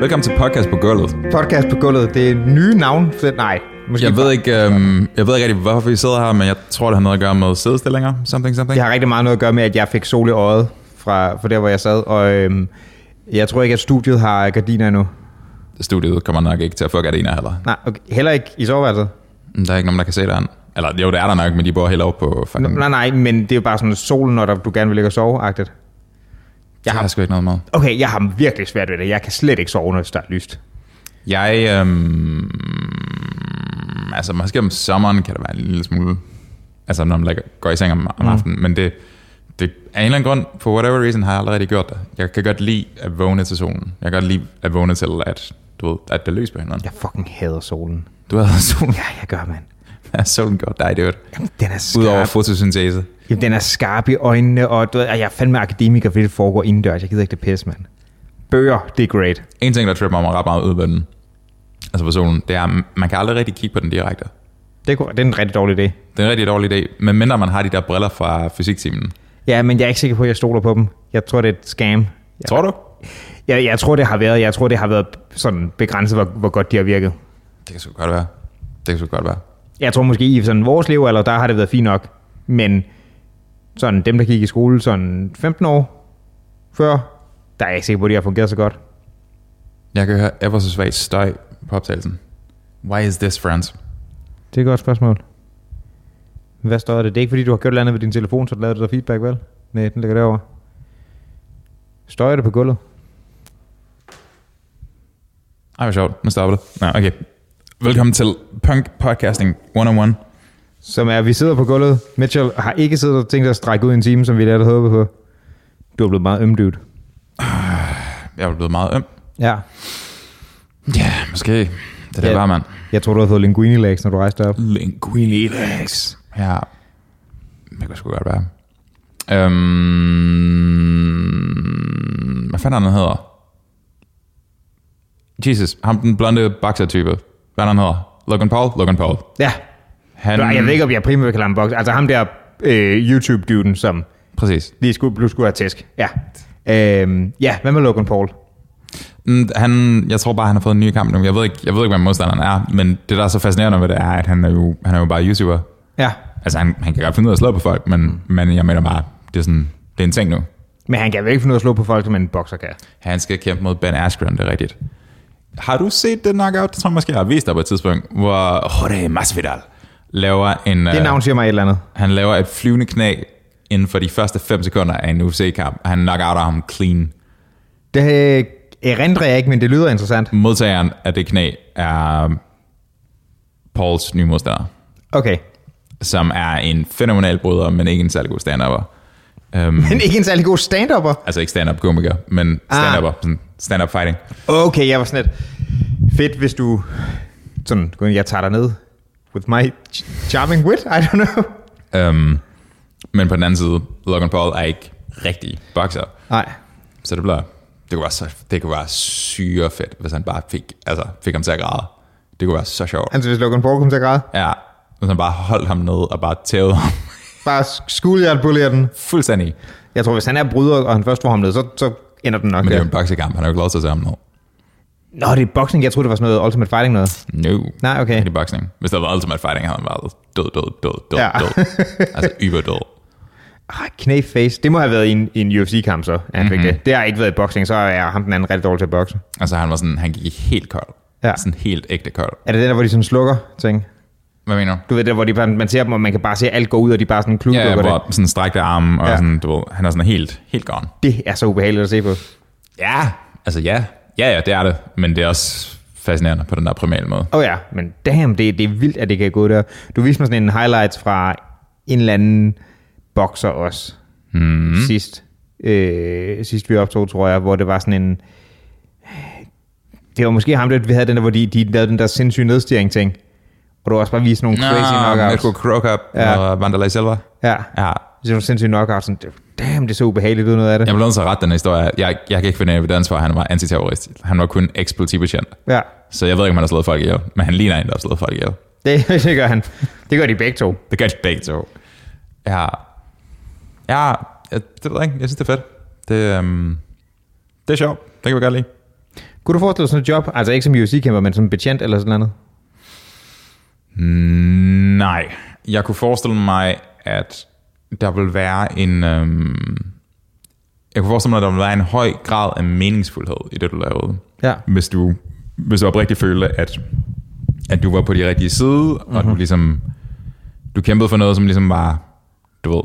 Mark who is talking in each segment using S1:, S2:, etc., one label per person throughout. S1: Velkommen til podcast på gulvet.
S2: Podcast på gulvet, det er nye navn. For, nej, måske
S1: Jeg
S2: bare-
S1: ved ikke, øhm, jeg ved ikke rigtig, hvorfor vi sidder her, men jeg tror, det har noget at gøre med sidestillinger. Something, something.
S2: Det har rigtig meget noget at gøre med, at jeg fik sol i øjet fra, fra der, hvor jeg sad. Og øhm, jeg tror ikke, at studiet har gardiner endnu.
S1: Studiet kommer nok ikke til at få gardiner heller.
S2: Nej, okay. heller ikke i soveværelset.
S1: Mm, Der er ikke nogen, der kan se det an. Eller jo, det er der nok, men de bor helt over på
S2: Nå,
S1: fucking...
S2: Nej, nej, men det er jo bare sådan solen, når der- du gerne vil ligge og sove-agtigt.
S1: jeg har sgu ikke noget med.
S2: Okay, jeg har virkelig svært ved det. Jeg kan slet ikke sove, når det er lyst.
S1: Jeg, øhm, altså måske om sommeren kan det være en lille smule, altså når man lægger, går i seng om, om aftenen, men det, det af en eller anden grund, for whatever reason, har jeg aldrig rigtig gjort det. Jeg kan godt lide at vågne til solen. Jeg kan godt lide at vågne til, at, du ved, at det løs på hinanden. Ja.
S2: Jeg fucking hader solen.
S1: Du havde solen.
S2: Ja, jeg gør, mand.
S1: Ja, solen gjorde dig, det var
S2: Jamen, den er skarp.
S1: Udover fotosyntese.
S2: Jamen, den er skarp i øjnene, og du ved, og jeg er fandme akademiker, fordi det foregår indendørs. Jeg gider ikke det pisse, mand. Bøger, det er great.
S1: En ting, der tripper mig ret meget ud ved den, altså på solen, det er, at man kan aldrig rigtig kigge på den direkte.
S2: Det, kunne, det er en rigtig dårlig idé.
S1: Det er en rigtig dårlig idé, medmindre man har de der briller fra fysiktimen.
S2: Ja, men jeg er ikke sikker på, at jeg stoler på dem. Jeg tror, det er et scam.
S1: Ja. Tror du?
S2: Jeg, jeg tror, det har været, jeg tror, det har været sådan begrænset, hvor, hvor godt de har virket.
S1: Det kan sgu godt være. Det kan sgu godt være.
S2: Jeg tror måske i sådan vores liv, eller der har det været fint nok. Men sådan dem, der gik i skole sådan 15 år før, der er jeg ikke sikker på, at de har fungeret så godt.
S1: Jeg kan høre ever så svag støj på optagelsen. Why is this, friends?
S2: Det er et godt spørgsmål. Hvad står det? Det er ikke, fordi du har gjort noget andet ved din telefon, så du lavede det der feedback, vel? Nej, den ligger derovre. Støjer det på gulvet?
S1: Ej, hvor sjovt. Nu stopper det. Nej, okay. Velkommen til Punk Podcasting 101.
S2: Som er, vi sidder på gulvet. Mitchell har ikke siddet og tænkt sig at strække ud i en time, som vi lærte at håbe på. Du er blevet meget ømdybt.
S1: Jeg er blevet meget øm.
S2: Ja.
S1: Ja, måske. Det er det
S2: Ja.
S1: bare, mand.
S2: Jeg tror, du har fået linguini legs, når du rejste op.
S1: Linguini legs. Ja. Det kan sgu godt være. Øhm, hvad fanden er han hedder? Jesus, ham den blonde boxer-type. Hvad er han hedder? Logan Paul? Logan Paul.
S2: Ja.
S1: Han,
S2: Du, jeg ved ikke, om jeg primært kan lade en boks. Altså ham der øh, YouTube-duden, som
S1: Præcis.
S2: lige skulle, du skulle have tæsk. Ja. Øhm, ja, hvad med Logan Paul?
S1: Mm, Han, jeg tror bare, han har fået en ny kamp nu. Jeg ved ikke, jeg ved ikke hvad modstanderen er, men det, der er så fascinerende ved det, er, at han er jo, han er jo bare YouTuber.
S2: Ja.
S1: Altså, han, han kan godt finde ud af at slå på folk,
S2: Mm.
S1: men, men jeg mener bare, det er, sådan, det er en ting nu.
S2: Men han kan vel ikke finde ud af at slå på folk, som en bokser kan.
S1: Han skal kæmpe mod Ben Askren, det er rigtigt. Har du set det knockout? Det tror jeg måske, jeg har vist dig på et tidspunkt, hvor Jorge Masvidal laver en...
S2: Det
S1: øh,
S2: navn siger mig et eller andet.
S1: Han laver et flyvende knæ inden for de første 5 sekunder af en UFC-kamp. Han knockouter ham clean.
S2: Det øh, erindrer jeg ikke, men det lyder interessant.
S1: Modtageren af det knæ er Pauls nye modstander.
S2: Okay.
S1: som er en fænomenal bryder, men ikke en særlig god stand-upper. Um,
S2: Men ikke en særlig god stand-upper.
S1: altså ikke stand-up komiker, men stand-upper. Ah. Stand-up fighting.
S2: Okay, jeg var sådan lidt fedt, hvis du... Sådan, gå ind, jeg tager dig ned with my ch- charming wit, I don't know.
S1: Um, men på den anden side, Logan Paul er ikke rigtig bokser.
S2: Nej.
S1: Så det bliver... Det kunne være, så, det kunne være syre fedt, hvis han bare fik, altså, fik ham til at græde. Det kunne være så sjovt.
S2: Altså, hvis Logan Paul kom til at græde,
S1: Ja, hvis han bare holdt ham ned og bare tævede ham
S2: bare schoolyard bullier den.
S1: fuldstændig.
S2: Jeg tror, hvis han er bryder, og han først får ham ned, så, så ender den nok
S1: Men det er jo en
S2: der.
S1: boksekamp, han har jo ikke lov til at tage ham ned.
S2: Nå, det er boksning. Jeg troede, det var sådan noget Ultimate Fighting noget.
S1: No.
S2: Nej, okay.
S1: Det er boksning. Hvis der var Ultimate Fighting, havde han været død, død, død, død,
S2: Ja.
S1: ja. død. Altså yberdød.
S2: Ah, knæ face. Det må have været i en, i en UFC-kamp, så.
S1: Mhm.
S2: Ja, mm-hmm. det. det har ikke været i boksning, så er ham den anden rigtig dårlig til at bokse.
S1: Altså han var sådan, han gik helt kold.
S2: Ja.
S1: Ja. Sådan helt ægte kold.
S2: Er det den der, hvor de sådan slukker ting?
S1: Hvad mener du?
S2: Du ved der, hvor de bare, man ser dem, og man kan bare se, at alt går ud, og de bare sådan klubdukker
S1: Ja, ja,
S2: ja, det.
S1: hvor sådan strækte arme, og
S2: Ja.
S1: ja. sådan, du ved, han er sådan helt, helt gone.
S2: Det er så ubehageligt at se på.
S1: Ja, altså ja. Ja, ja, det er det. Men det er også fascinerende på den der primale måde.
S2: Åh oh ja, men damn, det, det er vildt, at det kan gå der. Du viste mig sådan en highlights fra en eller anden bokser også mm. sidst. Øh, sidst vi optog, tror jeg, hvor det var sådan en... Det var måske ham, der vi havde den der, hvor de, de lavede den der sindssyge nedstigning ting. Og du også bare viste nogle crazy knockouts.
S1: Mirko Krokop
S2: Ja.
S1: ja. og Vandalay Silva.
S2: Ja,
S1: Ja.
S2: det var sindssyge knockouts. Sådan, det- damn, det så ubehageligt ud noget af det.
S1: Jeg blev nødt til at rette den historie. Jeg, jeg kan ikke finde evidens for, at han var antiterrorist. Han var kun ekspolitibetjent.
S2: Ja,
S1: Så jeg ved ikke, om han har slået folk ihjel. Men han ligner en, der har slået folk ihjel.
S2: det, det gør han. Det gør de begge to.
S1: Det gør de begge to. Ja. Ja, jeg, det ved jeg ikke. Jeg synes, det er fedt. Det, øhm, det er sjovt. Det kan vi godt lide.
S2: Kunne du forestille dig sådan et job? Altså ikke som UFC-kæmper, men som betjent eller sådan noget?
S1: Mm, Nej, jeg kunne forestille mig, at der vil være en... Øhm, jeg kunne forestille mig, at der vil være en høj grad af meningsfuldhed i det, du lavede.
S2: Ja.
S1: Hvis du, hvis du oprigtigt følte, at, at du var på de rigtige side, mm-hmm.
S2: Mhm.
S1: og du ligesom... Du kæmpede for noget, som ligesom var, du ved,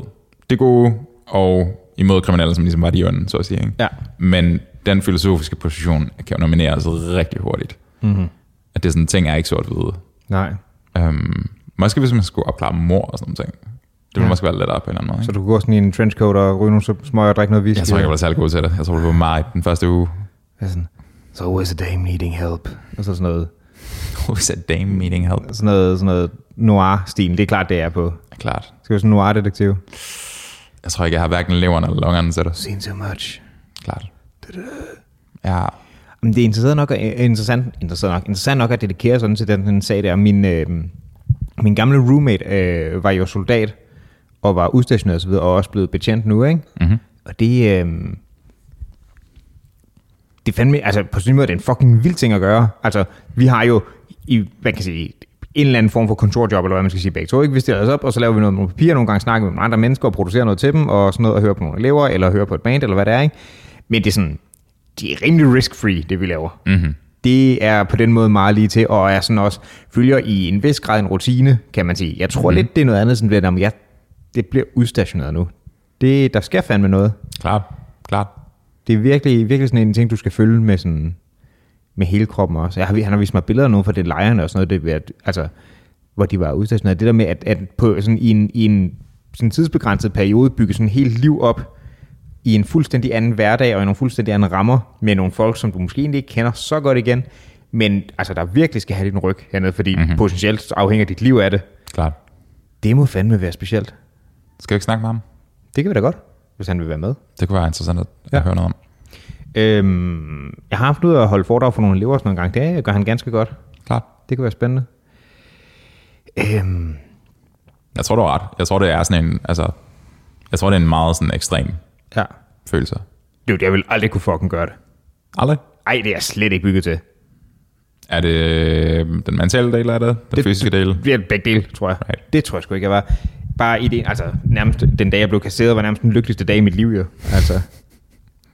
S1: det gode, og imod kriminelle, som ligesom var de ånden, så at sige. Ikke?
S2: Ja.
S1: Men den filosofiske position kan jo nomineres rigtig hurtigt. Mm-hmm.
S2: Mhm.
S1: At det er sådan, ting er ikke sort-hvide.
S2: Nej.
S1: Øhm, måske hvis man skulle opklare mor og sådan noget. Det ville ja.
S2: Ja.
S1: måske være lettere på en eller anden måde.
S2: Så
S1: Ikke?
S2: du kunne gå sådan i en trenchcoat og ryge nogle smøger og drikke noget whisky?
S1: Jeg tror ikke, jeg var særlig god til det. Jeg tror, det var meget den første uge.
S2: Ja, sådan, It's always a dame needing help. Og så sådan noget,
S1: Always a dame meeting help.
S2: sådan noget, sådan noget noir-stil. Det er klart, det er på.
S1: Ja, klart.
S2: Skal vi sådan en noir-detektiv?
S1: Jeg tror ikke, jeg har hverken leveren eller lungerne til det.
S2: Seen so much.
S1: Klart. Ja,
S2: Men det er interessant nok, interessant, interessant nok, interessant nok at dedikere sådan til den, den sag der. Min, øh, min gamle roommate øh, var jo soldat, og var udstationeret og så videre, og også blevet betjent nu, ikke?
S1: Mhm.
S2: Mm-hmm. Og det, øh, det er fandme, altså på sin måde, er det en fucking vild ting at gøre. Altså, vi har jo, i, hvad kan jeg sige, en eller anden form for kontorjob, eller hvad man skal sige, begge to, ikke? Vi stiller os op, og så laver vi noget med nogle papirer, nogle gange snakker vi med nogle andre mennesker, og producerer noget til dem, og sådan noget, og hører på nogle elever, eller hører på et band, eller hvad det er, ikke? Men det er sådan, de er rimelig risk-free, det vi laver. Mm-hmm. Det er på den måde meget lige til, og er sådan også, følger i en vis grad en rutine, kan man sige. Jeg tror mm-hmm. lidt, det er noget andet, sådan lidt om, jeg, det bliver udstationeret nu. Det, der sker fandme noget
S1: klart. Klart.
S2: det er virkelig, virkelig sådan en ting, du skal følge med sådan med hele kroppen også. Jeg har, han har vist mig billeder nu fra det lejrene og sådan noget, det, ved at- altså, hvor de var udstationeret. Det der med, at, at på sådan i en, i en sådan tidsbegrænset periode bygge sådan helt liv op i en fuldstændig anden hverdag og i nogle fuldstændig andre rammer med nogle folk, som du måske egentlig ikke kender så godt igen, men altså, der virkelig skal have din ryg hernede, fordi mm-hmm. potentielt så afhænger dit liv af det.
S1: Klart.
S2: Det må fandme være specielt.
S1: Skal vi ikke snakke med ham?
S2: Det kan vi da godt, hvis han vil være med.
S1: Det kunne være interessant at, ja. at høre noget om.
S2: Øhm, jeg har haft ud at holde foredrag for nogle elever sådan en gang. Det gør han ganske godt.
S1: Klart.
S2: Det kunne være spændende. Øhm,
S1: Jeg tror, du har ret. Jeg tror, det er sådan en, altså, jeg tror, det er en meget sådan ekstrem
S2: ja.
S1: følelse.
S2: Dude, jeg vil aldrig kunne fucking gøre det.
S1: Aldrig.
S2: Ej, det er jeg slet ikke bygget til.
S1: Er det øh, den mentale del af det? Den det, fysiske del?
S2: Det er begge dele, tror jeg.
S1: Right.
S2: Det tror jeg sgu ikke, jeg var. Bare i det, altså nærmest den dag, jeg blev kasseret, var nærmest den lykkeligste dag i mit liv, jo. Altså.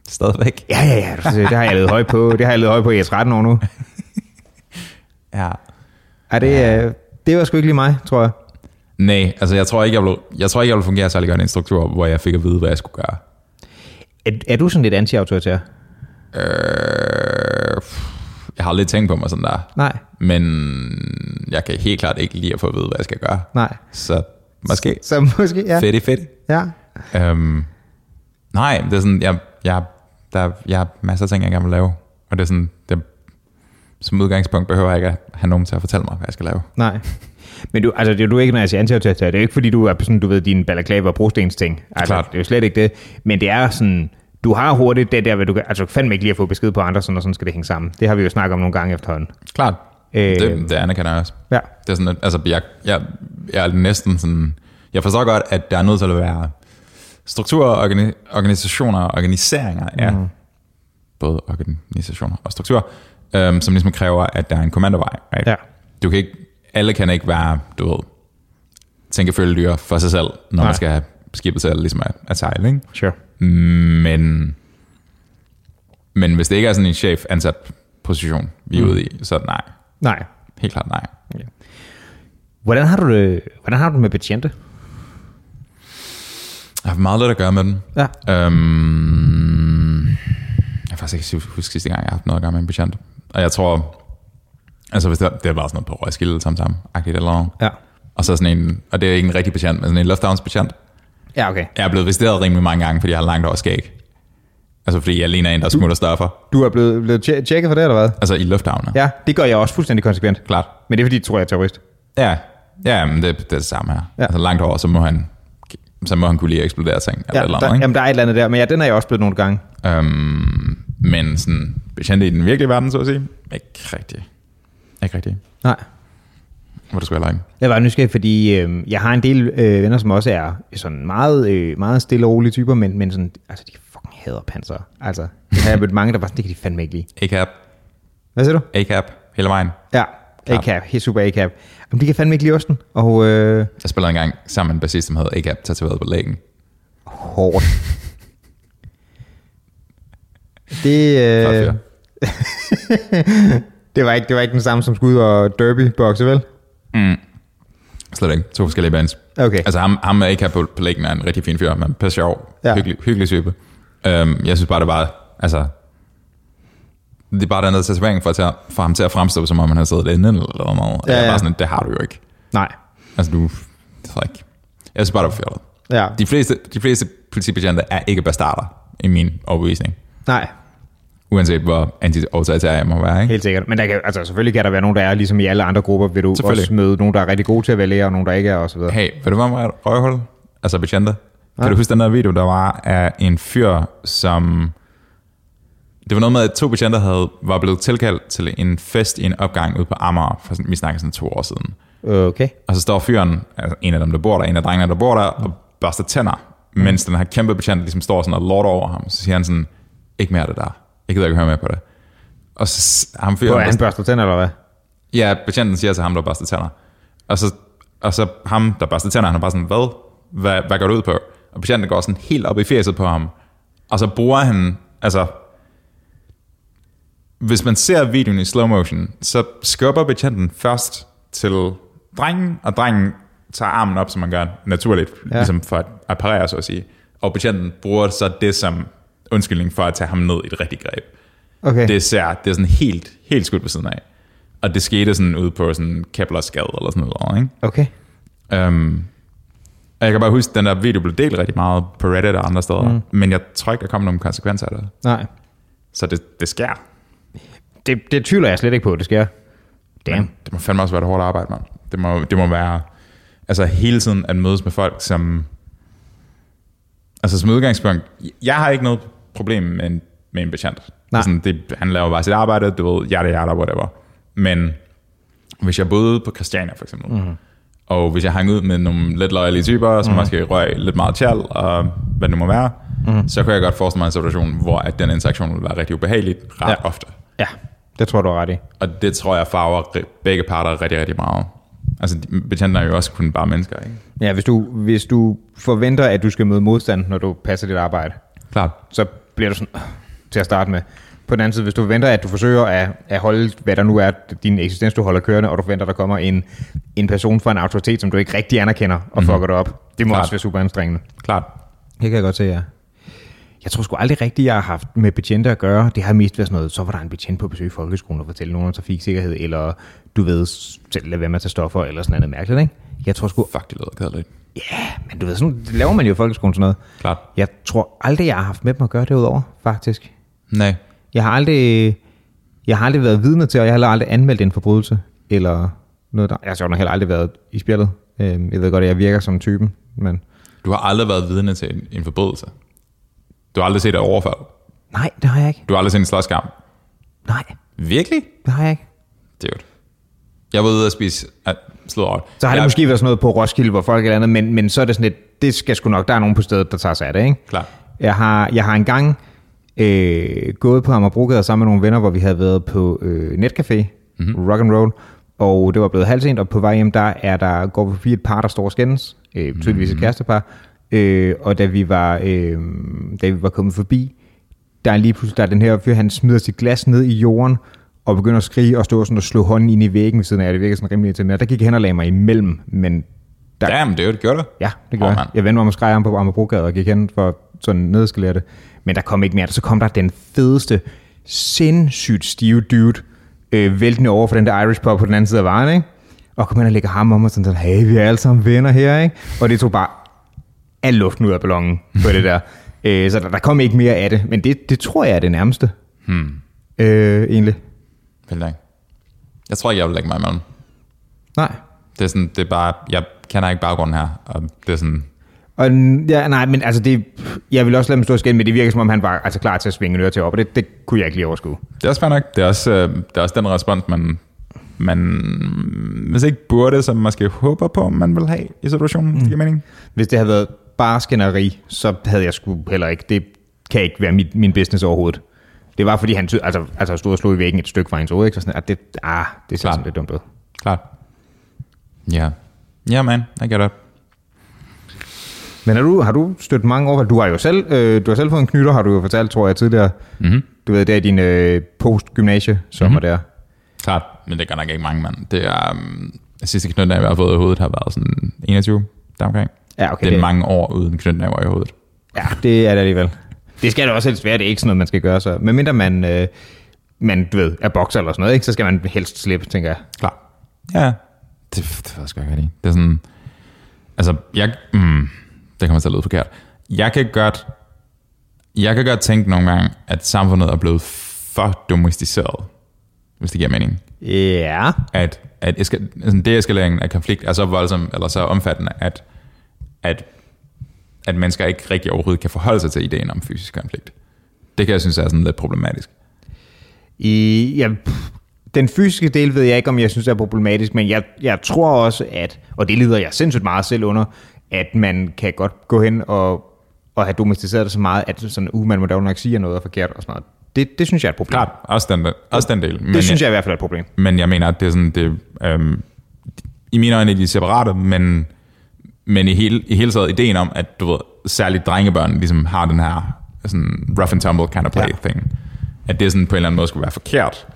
S1: Stadigvæk.
S2: Ja, ja, ja, du- det har jeg lavet høj på. Det har jeg lavet høj på i 13 år nu.
S1: Ja.
S2: Er det, øh, det var sgu ikke lige mig, tror jeg.
S1: Nej, altså jeg tror ikke, jeg ville, jeg tror ikke, jeg ville fungere særlig godt i en struktur, hvor jeg fik at vide, hvad jeg skulle gøre.
S2: Er, er du sådan lidt anti-autoritær?
S1: Øh, pff, jeg har lidt tænkt på mig sådan der.
S2: Nej,
S1: Men jeg kan helt klart ikke lide at få at vide, hvad jeg skal gøre.
S2: nej.
S1: Så måske.
S2: Så måske, ja.
S1: Ja. Fedt, fedt.
S2: Ja,
S1: Øhm, nej, det er sådan, jeg, jeg, der, jeg har masser af ting, jeg gerne vil lave. Og det er sådan, det, som udgangspunkt behøver jeg ikke at have nogen til at fortælle mig, hvad jeg skal lave.
S2: Nej. Men du, altså, det er du ikke, når jeg siger antiautoritær. Det er jo ikke, fordi du er sådan, du ved, din balaklava og brostens ting. Altså,
S1: Klart.
S2: det er jo slet ikke det. Men det er sådan, du har hurtigt det der, hvad du kan, altså fandme ikke lige at få besked på andre, sådan, og sådan skal det hænge sammen. Det har vi jo snakket om nogle gange efterhånden.
S1: Klart. Øh,
S2: Øhm.
S1: det, det anerkender jeg også.
S2: Ja.
S1: Det er sådan, at, altså, jeg, jeg, jeg er næsten sådan... Jeg forstår godt, at der er nødt til at være strukturer, organi- organisationer og organiseringer af mm. både organisationer og strukturer, øhm, som ligesom kræver, at der er en kommandovej. Right?
S2: Ja.
S1: Du kan ikke, alle kan ikke være, du ved, tænke følgedyr for sig selv, når Nej.
S2: Nej.
S1: man skal have skibet til at, ligesom at, at sejle. Ikke?
S2: Sure.
S1: Men, men hvis det ikke er sådan en chef ansat position, vi er
S2: Mm.
S1: ude i, så nej.
S2: Nej.
S1: Helt klart nej.
S2: Hvordan har du det, hvordan har du det med betjente?
S1: Jeg har haft meget lidt at gøre med den.
S2: Ja.
S1: Øhm, jeg kan faktisk ikke huske sidste gang, jeg har haft noget at gøre med en patient. Og jeg tror, altså hvis det, var- det var sådan noget på Røgskilde sammen sammen, agtigt eller noget.
S2: Ja.
S1: Og så sådan en, og det er ikke en rigtig patient, men sådan en lufthavns patient.
S2: Ja, okay.
S1: Jeg er blevet visiteret rimelig mange gange, fordi jeg har langt over skæg. Altså fordi jeg ligner en, der smutter stoffer.
S2: Du er blevet, blevet tje- tjekket for det, eller hvad?
S1: Altså i lufthavne.
S2: Ja, det gør jeg også fuldstændig konsekvent.
S1: Klart.
S2: Men det er fordi, de tror, jeg er terrorist.
S1: Ja, ja men det, det er det samme her.
S2: Ja.
S1: Ja. Altså langt over, så må han, så må han kunne lige at eksplodere ting. Eller
S2: Ja,
S1: ja, eller andet,
S2: der,
S1: ikke?
S2: jamen, der er et eller andet der, men ja, den er jeg også blevet nogle gange.
S1: Øhm, men sådan, betjente i den virkelige verden, så at sige, ikke rigtig. Ikke rigtig.
S2: Nej.
S1: Hvor det skulle heller ikke.
S2: Jeg var nysgerrig, fordi øh, jeg har en del øh, venner, som også er sådan meget, øh, meget stille og rolige typer, men, men sådan, altså, de fucking hader panser. Altså, det har jeg mødt mange, der var sådan, det kan de fandme ikke lide.
S1: Ikke her.
S2: Hvad siger du?
S1: A-cap hele vejen.
S2: Ja,
S1: Klart.
S2: A-cap, helt super A-cap. Jamen, de kan fandme ikke lide osten, og øh,
S1: Jeg spillede engang sammen med en bassist, som hed A-cap, tatoveret på lægen.
S2: hårdt. det,
S1: Flot
S2: øh,
S1: fyr.
S2: det, var ikke, det var ikke den samme som skud og derby bokse, vel?
S1: Slet ikke. To forskellige bands.
S2: Okay.
S1: Altså ham, ham med A-cap på, på lægen er en rigtig fin fyr, men pisse sjov,
S2: Ja.
S1: ja. hyggelig, hyggelig type. Um, jeg synes bare, det var, altså, det er bare dernede til serveringen for, at tage- for ham til at fremstå, som om han har siddet inde eller noget. Ja,
S2: Ja,
S1: ja. Jeg er
S2: ja.
S1: bare sådan, det har du jo ikke.
S2: Nej.
S1: Altså, du, det er ikke. Jeg synes bare, det var fjollet.
S2: Ja.
S1: De fleste, de fleste politibetjente er ikke bastarder, i min overbevisning.
S2: Nej,
S1: Uanset hvor anti-autoritær jeg må være, ikke?
S2: helt sikkert. Men der kan, altså, selvfølgelig kan der være nogen, der er, ligesom i alle andre grupper, vil du
S1: Selvfølgelig.
S2: også møde nogen, der er rigtig gode til at vælge, og nogen, der ikke er, osv.
S1: Hey, vil du være med et røvhul? Altså betjente. Kan
S2: Ja.
S1: du huske den der video, der var af en fyr, som... Det var noget med, at to betjente havde, var blevet tilkaldt til en fest i en opgang ude på Amager, for sådan, vi snakker sådan to år siden.
S2: Okay.
S1: Og så står fyren, altså en af dem, der bor der, en af drengene, der bor der, og børster tænder,
S2: Mm.
S1: mens den her kæmpe betjent ligesom står sådan og lorter over ham. Så siger han sådan, ikke mere af det der. Jeg gider ikke høre mere på det. Og så s- ham fyren...
S2: Hvor
S1: der
S2: er han børster tænder, eller hvad?
S1: Ja, patienten siger til ham, der børster tænder. Og så, og så ham, der børster tænder, han er bare sådan, hvad? hvad? Hvad går du ud på? Og patienten går sådan helt op i fjeset på ham. Og så bruger han, altså... Hvis man ser videoen i slow motion, så skubber patienten først til drengen, og drengen tager armen op, som man gør naturligt,
S2: Ja.
S1: ja. ligesom for at apparere, så at sige. Og patienten bruger så det som undskyldning for at tage ham ned i et rigtigt greb
S2: Okay.
S1: det ser, det er sådan helt, helt skudt ved siden af. Og det skete sådan ude på sådan Keplers gade eller sådan noget, ikke?
S2: Okay.
S1: Um, og jeg kan bare huske, at den der video blev delt rigtig meget på Reddit og andre steder, mm. men jeg tror ikke, der kom nogen konsekvenser af det.
S2: Nej.
S1: Så det, det sker.
S2: Det, det tvivler jeg slet ikke på, det sker. Damn.
S1: Det må fandme også være et hårdt arbejde, mand. Det må, det må være, altså hele tiden at mødes med folk, som, altså som udgangspunkt, jeg har ikke noget problem med en, med en patient.
S2: Nej.
S1: Sådan, det, han laver bare sit arbejde, du ved, yada yada, whatever. Men hvis jeg boede på Christiania for eksempel, mm.
S2: Mhm.
S1: og hvis jeg hang ud med nogle lidt løjelige typer, som mm. måske røg lidt meget tjal, og hvad det nu må være,
S2: Mhm.
S1: mm. så kunne jeg godt forestille mig en situation, hvor at den interaktion ville være rigtig ubehagelig ret
S2: Ja.
S1: ja. ofte.
S2: Ja, det tror du er ret i.
S1: Og det tror jeg farver ri- begge parter rigtig, rigtig meget. Altså, de- betjenter er jo også kun bare mennesker, ikke?
S2: Ja, hvis du, hvis du forventer, at du skal møde modstand, når du passer dit arbejde,
S1: Klart.
S2: så bliver du sådan "Åh", til at starte med. På den anden side, hvis du forventer, at du forsøger at, at holde, hvad der nu er din eksistens, du holder kørende, og du forventer, at der kommer en, en person fra en autoritet, som du ikke rigtig anerkender, og mm-hmm. fucker dig op. Det må
S1: Klart.
S2: også være super anstrengende.
S1: Klart.
S2: Det kan jeg godt se, ja. Jeg tror sgu aldrig rigtigt, jeg har haft med betjente at gøre. Det har mest været sådan noget, så var der en betjent på besøg i folkeskolen og fortælle nogen om trafiksikkerhed, eller du ved, selv lade være med at tage stoffer, eller sådan noget mærkeligt, ikke? Jeg tror sgu,
S1: Fuck, det lyder kedeligt.
S2: ja, yeah, men du ved, sådan noget- det laver man jo i folkeskolen sådan noget.
S1: Klart.
S2: Jeg tror aldrig, jeg har haft med dem at gøre derudover, faktisk.
S1: Nej.
S2: Jeg har aldrig, jeg har aldrig været vidne til, og jeg har heller aldrig anmeldt en forbrydelse, eller noget der. Jeg har sjovt nok heller aldrig været i spjældet. Øhm, Jeg ved godt, at jeg virker som typen, men
S1: Du har aldrig været vidne til en, en forbrydelse. Du har aldrig set et overfald.
S2: nej, det har jeg ikke.
S1: Du har aldrig set en slåskamp.
S2: Nej,
S1: Virkelig?
S2: det har jeg ikke.
S1: Dude. Jeg var ude at spise... At, slå over.
S2: Så har
S1: jeg,
S2: det måske været sådan noget på Roskilde, hvor folk eller andet, men, men så er det sådan lidt, det skal sgu nok, der er nogen på stedet, der tager sig af det, ikke?
S1: Klart.
S2: Jeg har, jeg har engang øh, gået på Amagerbrogade sammen med nogle venner, hvor vi havde været på øh, netcafé, mm-hmm. rock and roll, og det var blevet halv sent, og på vej hjem, der, er der går vi forbi et par, der står og skændes, øh, tydeligvis et kærestepar, øh, og da vi, var, øh, da vi var kommet forbi, der er lige pludselig der er den her fyr, han smider sit glas ned i jorden, og begynder at skrige og stå sådan og slå hånden ind i væggen ved siden af, det virker sådan rimelig irriterende. Der gik jeg hen og lagde mig imellem, men der,
S1: Damn, dude. Gjorde du?
S2: Ja, det gjorde
S1: Åh,
S2: oh, jeg.
S1: mand.
S2: Jeg vendte mig om og skreg om på Amagerbrogade og gik hen for sådan nedskalere det. Men der kom ikke mere. Så kom der den fedeste, sindssygt stive dude, øh, væltende over for den der Irish pub på den anden side af vejen, ikke? Og kom hen og lægger ham om og sådan der, hey, vi er alle sammen venner her, ikke? Og det tog bare al luften ud af ballonen på det der. Øh, så der, der kom ikke mere af det, men det, det tror jeg er det nærmeste. Hmm. Øh, egentlig.
S1: Vildt nok. Jeg tror ikke, jeg vil lægge mig imellem.
S2: Nej.
S1: Det er sådan, det er bare... Jeg kender ikke baggrunden her. Og det er sådan...
S2: Og, n- ja, nej, men altså det, jeg vil også lade ham stå og skænde, men det virker som om han var altså klar til at svinge en øre til op, og det, det kunne jeg ikke lige overskue.
S1: Det er også fair nok. Det er også, øh, det er også den respons, man, man hvis ikke burde, som måske håber på, man vil have i situationen. Mm. Det giver mening.
S2: Hvis det havde været bare skænderi, så havde jeg sgu heller ikke. Det kan ikke være mit, min business overhovedet. Det var, fordi han tyd, altså, altså stod og slog i væggen et stykke fra hendes hoved, ikke? Så sådan, at det, ah, det ser
S1: Klart.
S2: sådan lidt dumt ud.
S1: Klart. Ja. Ja, man. I get it.
S2: Men har du, har du stødt mange overfald? Du har jo selv, øh, du har selv fået en knytter, har du jo fortalt, tror jeg, tidligere.
S1: Mhm.
S2: Du ved, det er din øh, post-gymnasie sommer mm-hmm. der.
S1: Klart. Men det er godt nok ikke mange, mand. Det er... Um, sidste knytnæve, jeg har fået i hovedet, har været sådan 21 deromkring.
S2: Ja,
S1: Okay,
S2: okay.
S1: det er mange år uden knytnæver i hovedet.
S2: Ja, det er det alligevel. Det skal det også helst være, det er ikke sådan noget, man skal gøre så. Medmindre man, øh, man du ved, er bokser eller sådan noget, ikke? så skal man helst slippe, tænker jeg.
S1: Klar. Ja. Det, det ved jeg sgu ikke, hvad det er. Det er sådan... Altså, jeg... Mm, det kommer til at lyde forkert. Jeg kan godt... Jeg kan godt tænke nogle gange, at samfundet er blevet for domesticeret. Hvis det giver mening.
S2: Ja.
S1: At, at eska- sådan deeskaleringen af konflikt er så voldsom, eller så omfattende, at, at, at mennesker ikke rigtig overhovedet kan forholde sig til ideen om fysisk konflikt. Det kan jeg synes er sådan lidt problematisk.
S2: I, ja, pff, den fysiske del ved jeg ikke, om jeg synes er problematisk, men jeg, jeg tror også, at, og det lider jeg sindssygt meget selv under, at man kan godt gå hen og, og have domesticeret det så meget, at sådan, uh, man må da nok sige, at noget er forkert og sådan noget. Det, det synes jeg er et problem.
S1: Klart, også den, også den del. Men
S2: Det
S1: jeg-
S2: synes jeg i hvert fald er et problem.
S1: Men jeg mener, at det er sådan, det, øhm, i mine øjne er de separate, men, men i, hele, i hele taget ideen om, at du ved, særligt drengebørn ligesom har den her sådan rough and tumble kind of play ja.
S2: Ja.
S1: thing. At det sådan på en eller anden måde skulle være forkert.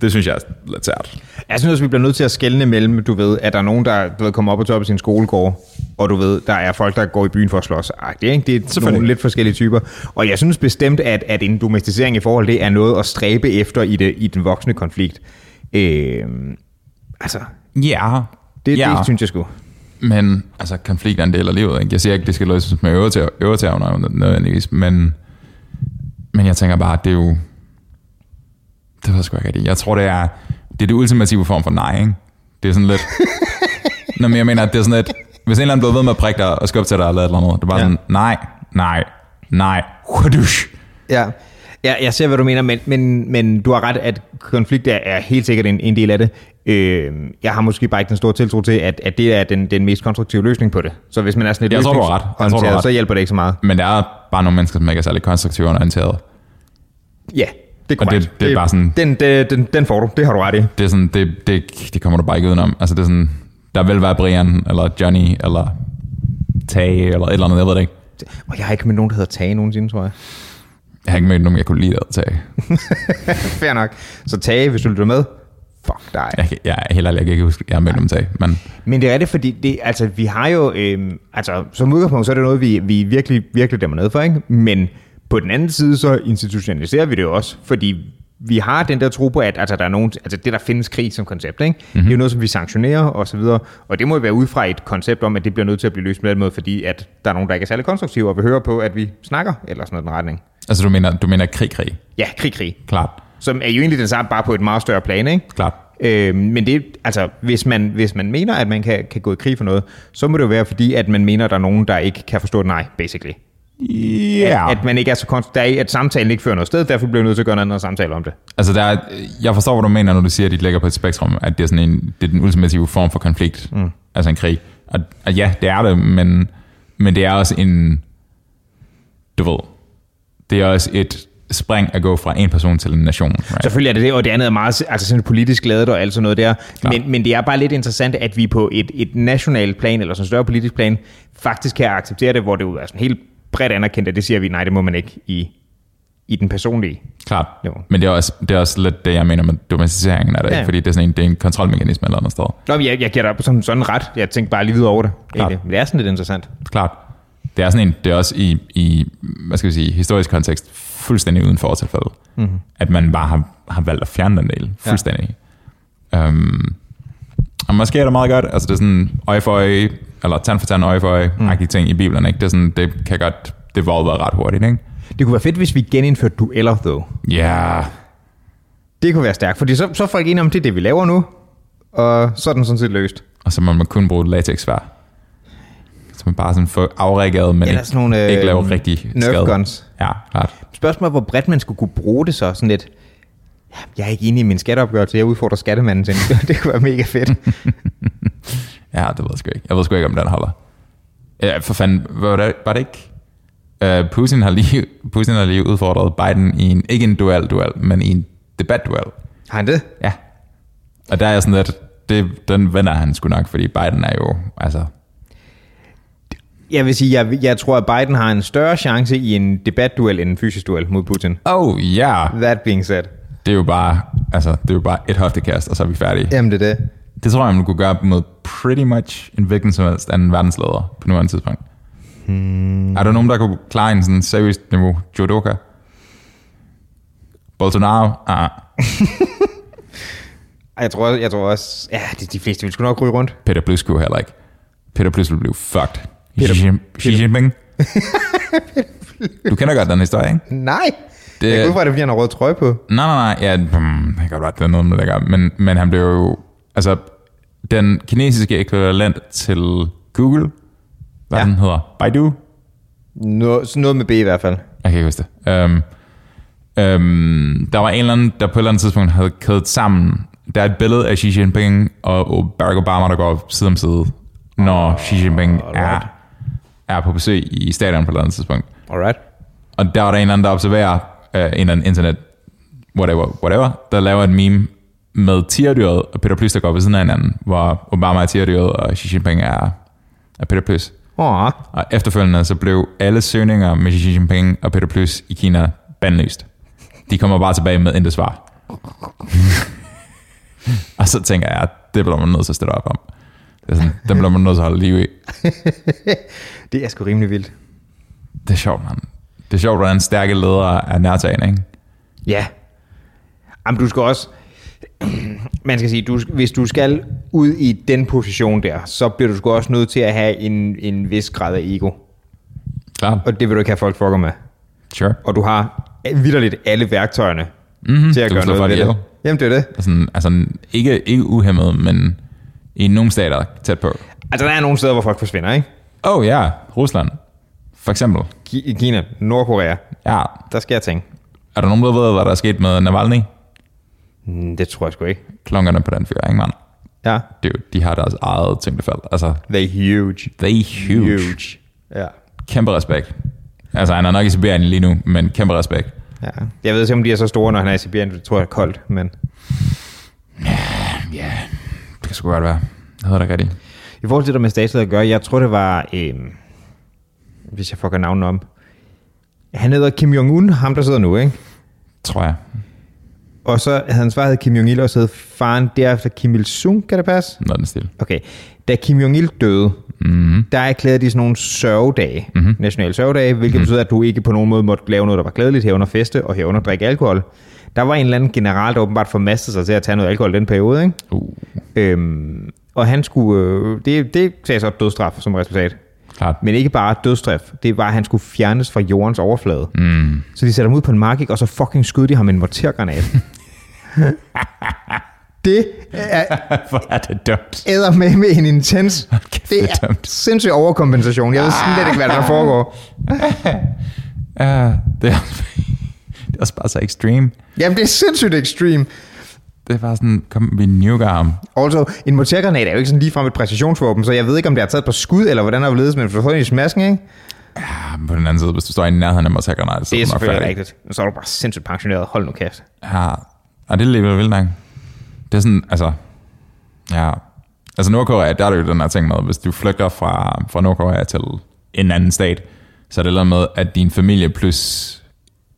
S1: Det synes jeg er lidt sært.
S2: Jeg synes også, vi bliver nødt til at skelne mellem, du ved, at der er nogen, der du ved, kommer op og toppen sin skolegård, og du ved, der er folk, der går i byen for at slås. Ej, det, er, ikke? det er
S1: Selvfølgelig.
S2: nogle lidt forskellige typer. Og jeg synes bestemt, at, at en domesticering i forhold det er noget at stræbe efter i, det, i den voksne konflikt. Øh, altså,
S1: Ja.
S2: det,
S1: ja.
S2: ja. det synes jeg sgu.
S1: Men altså, konflikt er en del af livet. Ikke? Jeg siger ikke, det skal løses med øvetæv- øvetævner nødvendigvis, men, men jeg tænker bare, at det er jo... Det ved jeg sgu ikke rigtigt. Jeg tror, det er det, er det ultimative form for nej. Ikke? Det er sådan lidt... Nå, men jeg mener, at det er sådan lidt... Hvis en eller anden bliver ved med at prikke dig og skubbe til dig eller et eller andet, det er bare ja.
S2: Ja.
S1: sådan, nej, nej, nej, hudush.
S2: Ja. Ja, jeg ser, hvad du mener, men, men, men du har ret, at konflikt er, er helt sikkert en, en del af det. Øh, jeg har måske bare ikke den store tiltro til, at, at det er den, den mest konstruktive løsning på det. Så hvis man er sådan lidt
S1: Jeg tror, du har ret. Jeg tror, du har
S2: løsningsorienteret,
S1: ret.
S2: så hjælper det ikke så meget.
S1: Men der er bare nogle mennesker, som ikke er særlig konstruktivt orienteret.
S2: Ja, det er
S1: Og
S2: korrekt.
S1: det- det er bare sådan-
S2: Den, den, den, den får du, det har du ret i.
S1: det er sådan, det, det, det kommer du bare ikke udenom. Altså det er sådan, der vil være Brian, eller Johnny, eller Tage, eller et eller andet, jeg ved det ikke.
S2: Og jeg har ikke mødt nogen, der hedder Tage nogensinde, tror jeg.
S1: Jeg har ikke mødt nogen, jeg kunne lide at Tage.
S2: Fair nok. Så Tage, hvis du lytter med, fuck dig.
S1: Jeg, kan- jeg er helt ærlig, jeg kan ikke huske, jeg har mødt nogen Tage, men
S2: Men det er det, fordi det, altså, vi har jo, øhm, altså, som udgangspunkt, så er det noget, vi, vi virkelig, virkelig dæmmer ned for, ikke? Men på den anden side, så institutionaliserer vi det jo også, fordi vi har den der tro på, at altså, der er nogen, altså, det, der findes krig som koncept, ikke? Mm-hmm. det er jo noget, som vi sanktionerer og så videre, og det må jo være ud fra et koncept om, at det bliver nødt til at blive løst på den måde, fordi at der er nogen, der ikke er særlig konstruktive og vil høre på, at vi snakker, eller sådan noget i den retning.
S1: altså du mener, du mener krig, krig.
S2: Ja, krig-krig,
S1: Klart,
S2: som er jo egentlig den samme, bare på et meget større plan, ikke?
S1: klart.
S2: Øh, men det, altså, hvis man, hvis man mener, at man kan, kan gå i krig for noget, så må det jo være fordi, at man mener, at der er nogen, der ikke kan forstå et nej, basically.
S1: Ja.
S2: At man ikke er så konst, der er, at samtalen ikke fører noget sted, derfor bliver vi nødt til at gøre noget andet og samtale om det.
S1: Altså der er, jeg forstår, hvad du mener, når du siger, at de ligger på et spektrum, at det er sådan en, det er den ultimative form for konflikt, mm. altså en krig. Og, og ja, det er det, men, men det er også en, du ved, det er også et spring at gå fra en person til en nation. Right?
S2: Selvfølgelig er det det, og det andet er meget altså sådan politisk ladet og alt sådan noget der. Men, men det er bare lidt interessant, at vi på et, et nationalt plan, eller sådan et større politisk plan, faktisk kan acceptere det, hvor det jo er sådan helt bredt anerkendt, at det siger vi, nej, det må man ikke i, i den personlige.
S1: Klart. Jo.
S2: Jo.
S1: Men det er, også, det er også lidt det, jeg mener med domesticeringen af det, ja.
S2: Ja.
S1: fordi det er sådan en, det er en kontrolmekanisme eller andet sted.
S2: Nå, men jeg, jeg giver dig på sådan, sådan ret. Jeg tænkte bare lige videre over det. egentlig. Men det er sådan lidt interessant.
S1: Klart. Det er sådan en, det er også i, i hvad skal vi sige, historisk kontekst, fuldstændig uden for tilfælde,
S2: Mhm.
S1: mm-hmm. at man bare har, har valgt at fjerne den del, fuldstændig. Ja. Øhm, og måske er det meget godt, altså det er sådan øje for øje, eller tand for tand, øje for øje, mm. ting i Bibelen, ikke? Det, er sådan, det kan godt, det var ret hurtigt, ikke?
S2: Det kunne være fedt, hvis vi genindførte dueller, though.
S1: Ja, yeah.
S2: Det kunne være stærkt, fordi så, så er folk enige om, det er det, vi laver nu, og så er den sådan set løst.
S1: og så må man kun bruge latexsvær. Så man bare sådan får afreageret, men
S2: Eller
S1: ikke,
S2: sådan nogle, øh,
S1: ikke laver rigtig
S2: Nerf
S1: skade.
S2: guns.
S1: Ja, klart.
S2: Spørgsmålet er, hvor bredt man skulle kunne bruge det så, sådan lidt, "Ja, jeg er ikke enig i min skatteopgørelse, jeg udfordrer skattemanden til en." Det kunne være mega fedt.
S1: Ja, det ved jeg sgu ikke. Jeg ved sgu ikke, om den holder. Ja, for fanden, var det, var det ikke... Uh, Putin, har lige, Putin har lige udfordret Biden i en, ikke en duel-duel, men i en debat-duel.
S2: Har han det?
S1: Ja. Og der er jeg sådan lidt, det, den vender han sgu nok, fordi Biden er jo, altså,
S2: Jeg vil sige, jeg, jeg tror, at Biden har en større chance i en debatduel end en fysisk duel mod Putin.
S1: oh ja, yeah.
S2: That being said.
S1: det er jo bare, altså, det er jo bare et hoftekast, og så er vi færdige.
S2: Jamen, det er det.
S1: Det tror jeg, man kunne gøre mod pretty much en hvilken som helst anden verdensleder på nuværende tidspunkt. Hmm. Er der nogen, der kunne klare en sådan seriøst niveau? Jodoka? Bolsonaro? Ah,
S2: Ej, Jeg tror, jeg tror også, ja, de, de fleste vil sgu nok ryge rundt.
S1: Peter Plus kunne heller ikke. Peter Plus ville blive fucked. Peter, Xi, Jin- Xi Jinping? du kender godt den historie, ikke?
S2: Nej!
S1: Det-
S2: Det... Jeg går ud fra, at det er, fordi han har rød trøje på.
S1: Nej, nej, nej. Ja, hmm, jeg kan godt være, det er noget med det gør. Men, men han blev jo... Altså, den kinesiske ekvivalent til Google, hvad ja.
S2: Ja.
S1: den hedder, Baidu,
S2: Noget, sådan noget med B i hvert fald.
S1: Jeg kan ikke huske det. Um, um, der var en eller anden, der på et eller andet tidspunkt havde kædet sammen. Der er et billede af Xi Jinping og Barack Obama, der går side om side, når Xi Jinping er, er på besøg i stadion på et eller andet tidspunkt.
S2: Alright.
S1: Og der var der en eller anden, der observerer uh, en eller anden internet, whatever, whatever, der laver et meme med tierdyret og Peter Plys, der går ved siden af hinanden, hvor Obama er tierdyret, og Xi Jinping er, er Peter Plys.
S2: Åh,
S1: Og efterfølgende så blev alle søgninger med Xi Jinping og Peter Plus i Kina bandlyst. De kommer bare tilbage med intet svar. og så tænker jeg, at det bliver man nødt til at støtte op om. Det er sådan, den bliver man nødt til at holde liv i.
S2: det er sgu rimelig vildt.
S1: Det er sjovt, mand. Det er sjovt, hvordan stærke ledere er nærtagende, ikke?
S2: Ja. Jamen, du skal også... Man skal sige, du, hvis du skal ud i den position der, så bliver du sgu også nødt til at have en, en vis grad af ego.
S1: Klart.
S2: Og det vil du ikke have folk fucker med.
S1: Sure.
S2: Og du har vidderligt alle værktøjerne mm-hmm. til at
S1: Hmm. Du kan
S2: gøre
S1: slå
S2: noget
S1: folk
S2: ved
S1: ihjel.
S2: det. Jamen, det er det.
S1: Og Sådan, altså, ikke, ikke uhemmet, men i nogle stater tæt på.
S2: Altså, der er nogle steder, hvor folk forsvinder, ikke?
S1: Oh ja, yeah, Rusland. For eksempel.
S2: Ki- i Kina, Nordkorea,
S1: Ja.
S2: der sker ting.
S1: Er der nogen, der ved, hvad der er sket med Navalny?
S2: Mm, Det tror jeg sgu ikke.
S1: klonkerne på den fyr, ikke mand?
S2: Ja.
S1: Det er jo, de har deres eget tyngdefald. Altså,
S2: They huge.
S1: they huge. huge.
S2: Ja.
S1: Kæmpe respekt. Altså, han er nok i Sibirien lige nu, men kæmpe respekt.
S2: ja. Jeg ved ikke, om de er så store, når han er i Sibirien. Det tror jeg er koldt, men...
S1: Ja, yeah. det kan sgu godt være. Det hedder det ikke rigtigt.
S2: I forhold til det der med statsleder at gøre, jeg tror det var, øhm, hvis jeg fucker navnet om, han hedder Kim Jong-un, ham der sidder nu, ikke?
S1: Tror jeg.
S2: Og så havde hans far hed Kim Jong-il, og så hed faren derefter Kim Il-sung, kan det passe?
S1: Noget i den stil.
S2: Okay, da Kim Jong-il døde, mm-hmm. der erklærede de sådan nogle sørgedage, mm-hmm. nationale sørgedage, hvilket mm-hmm. betyder, at du ikke på nogen måde måtte lave noget, der var glædeligt herunder feste og herunder drikke alkohol. Der var en eller anden general, der åbenbart formastede sig til at tage noget alkohol i den periode, ikke?
S1: Uh,
S2: Øhm, og han skulle, øh, det, det sagde så dødstraf som resultat.
S1: klart.
S2: Men ikke bare dødstraf, det var, at han skulle fjernes fra jordens overflade. Mm. Så de satte ham ud på en mark, ikke? og så fucking skød de ham med en mortergranat. det er
S1: Hvor er det dumt.
S2: æder med med en intens.
S1: kæft,
S2: Det
S1: det er
S2: er Ah.
S1: dumt.
S2: sindssyg overkompensation. Jeg ved slet ikke, hvad der foregår.
S1: Ja, det er, det er også bare så ekstrem.
S2: Jamen, det er sindssygt extreme.
S1: Det er bare sådan, kom, vi nuker ham.
S2: Also, en mortergranat er jo ikke sådan ligefrem et præcisionsvåben, så jeg ved ikke, om det har taget på skud, eller hvordan der er ledes, men for sådan i smasken, ikke?
S1: Ja, Ah, men på den anden side, hvis du står i nærheden af mig, så er granat, så
S2: Det er
S1: du nok
S2: selvfølgelig
S1: færdig.
S2: rigtigt. Så er du bare sindssygt pensioneret. Hold nu kæft.
S1: Ja, og det er alligevel vildt nok. Det er sådan, altså... Ja. Altså Nordkorea, der er det jo den her ting med, hvis du flygter fra, fra Nordkorea til en anden stat, så er det noget med, at din familie plus,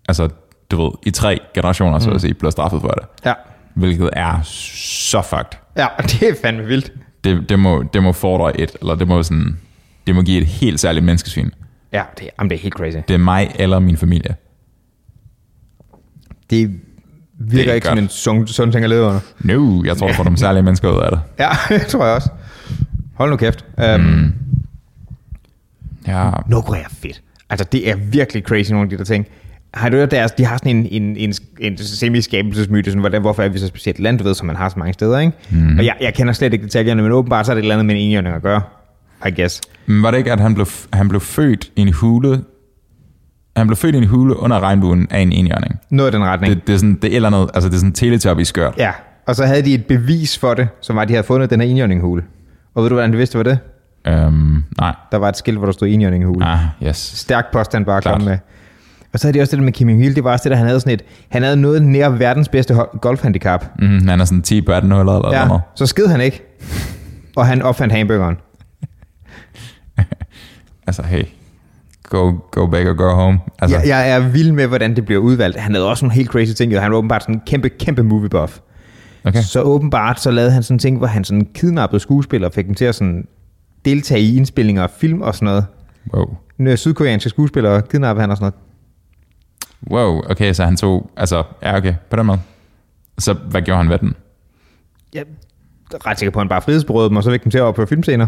S1: altså du ved, i tre generationer, så at sige, bliver straffet for det.
S2: Ja.
S1: Hvilket er så fucked.
S2: Ja, det er fandme vildt.
S1: Det, det, må, det må fordre et, eller det må sådan, det må give et helt særligt menneskesyn.
S2: Ja, det, jamen, det er helt crazy.
S1: Det er mig eller min familie.
S2: Det
S1: Det
S2: virker
S1: er
S2: ikke
S1: godt.
S2: som en sund, sund ting at lede under.
S1: No, jeg tror, der får nogle særlige mennesker ud af det.
S2: Ja, det tror jeg også. Hold nu kæft. Um, mm.
S1: Ja,
S2: Nordkorea er fedt. Altså, det er virkelig crazy, nogle af de der ting. Har du hørt deres, de har sådan en, en, en, en semiskabelsesmyte, sådan, hvordan, hvorfor er vi så specielt land, du ved, som man har så mange steder, ikke? Mm. Og jeg, jeg kender slet ikke detaljerne, men åbenbart så er det et eller andet med en enhjørning at gøre, I guess.
S1: Men Var det ikke, at han blev, han blev født i en hule? Han blev født i en hule under regnbuen af en enhjørning.
S2: Noget i den retning.
S1: Det, det, er sådan, det er et eller andet, altså det er sådan teletubby skørt.
S2: Ja, og så havde de et bevis for det, som var, at de havde fundet den her enhjørninghule. Og ved du, hvordan de vidste, det var det?
S1: Øhm, nej.
S2: Der var et skilt, hvor der stod enhjørninghule.
S1: Ah, yes.
S2: Stærk påstand bare at
S1: Klart.
S2: komme med. Og så havde de også det der med Kim Hill, det var også det der, han havde sådan et, han havde noget nær verdens bedste hold- golfhandicap.
S1: Mm, han er sådan 10 på 18 huller eller ja.
S2: Ja,
S1: noget.
S2: så sked han ikke. Og han opfandt hamburgeren.
S1: Altså, hey, go, go back or go home. Altså,
S2: Altså. Jeg, jeg, er vild med, hvordan det bliver udvalgt. Han havde også nogle helt crazy ting, og han var åbenbart sådan en kæmpe, kæmpe movie buff.
S1: okay.
S2: Okay. Så åbenbart så lavede han sådan en ting, hvor han sådan kidnappede skuespillere og fik dem til at sådan deltage i indspillinger af film og sådan noget.
S1: Wow.
S2: Når sydkoreanske skuespillere kidnappede han og sådan noget.
S1: Wow, okay, så han tog... Altså, ja, okay, på den måde. Så hvad gjorde han ved den?
S2: Jeg er ret sikker på, at han bare frihedsberøvede dem, og så fik dem til at opføre filmscener.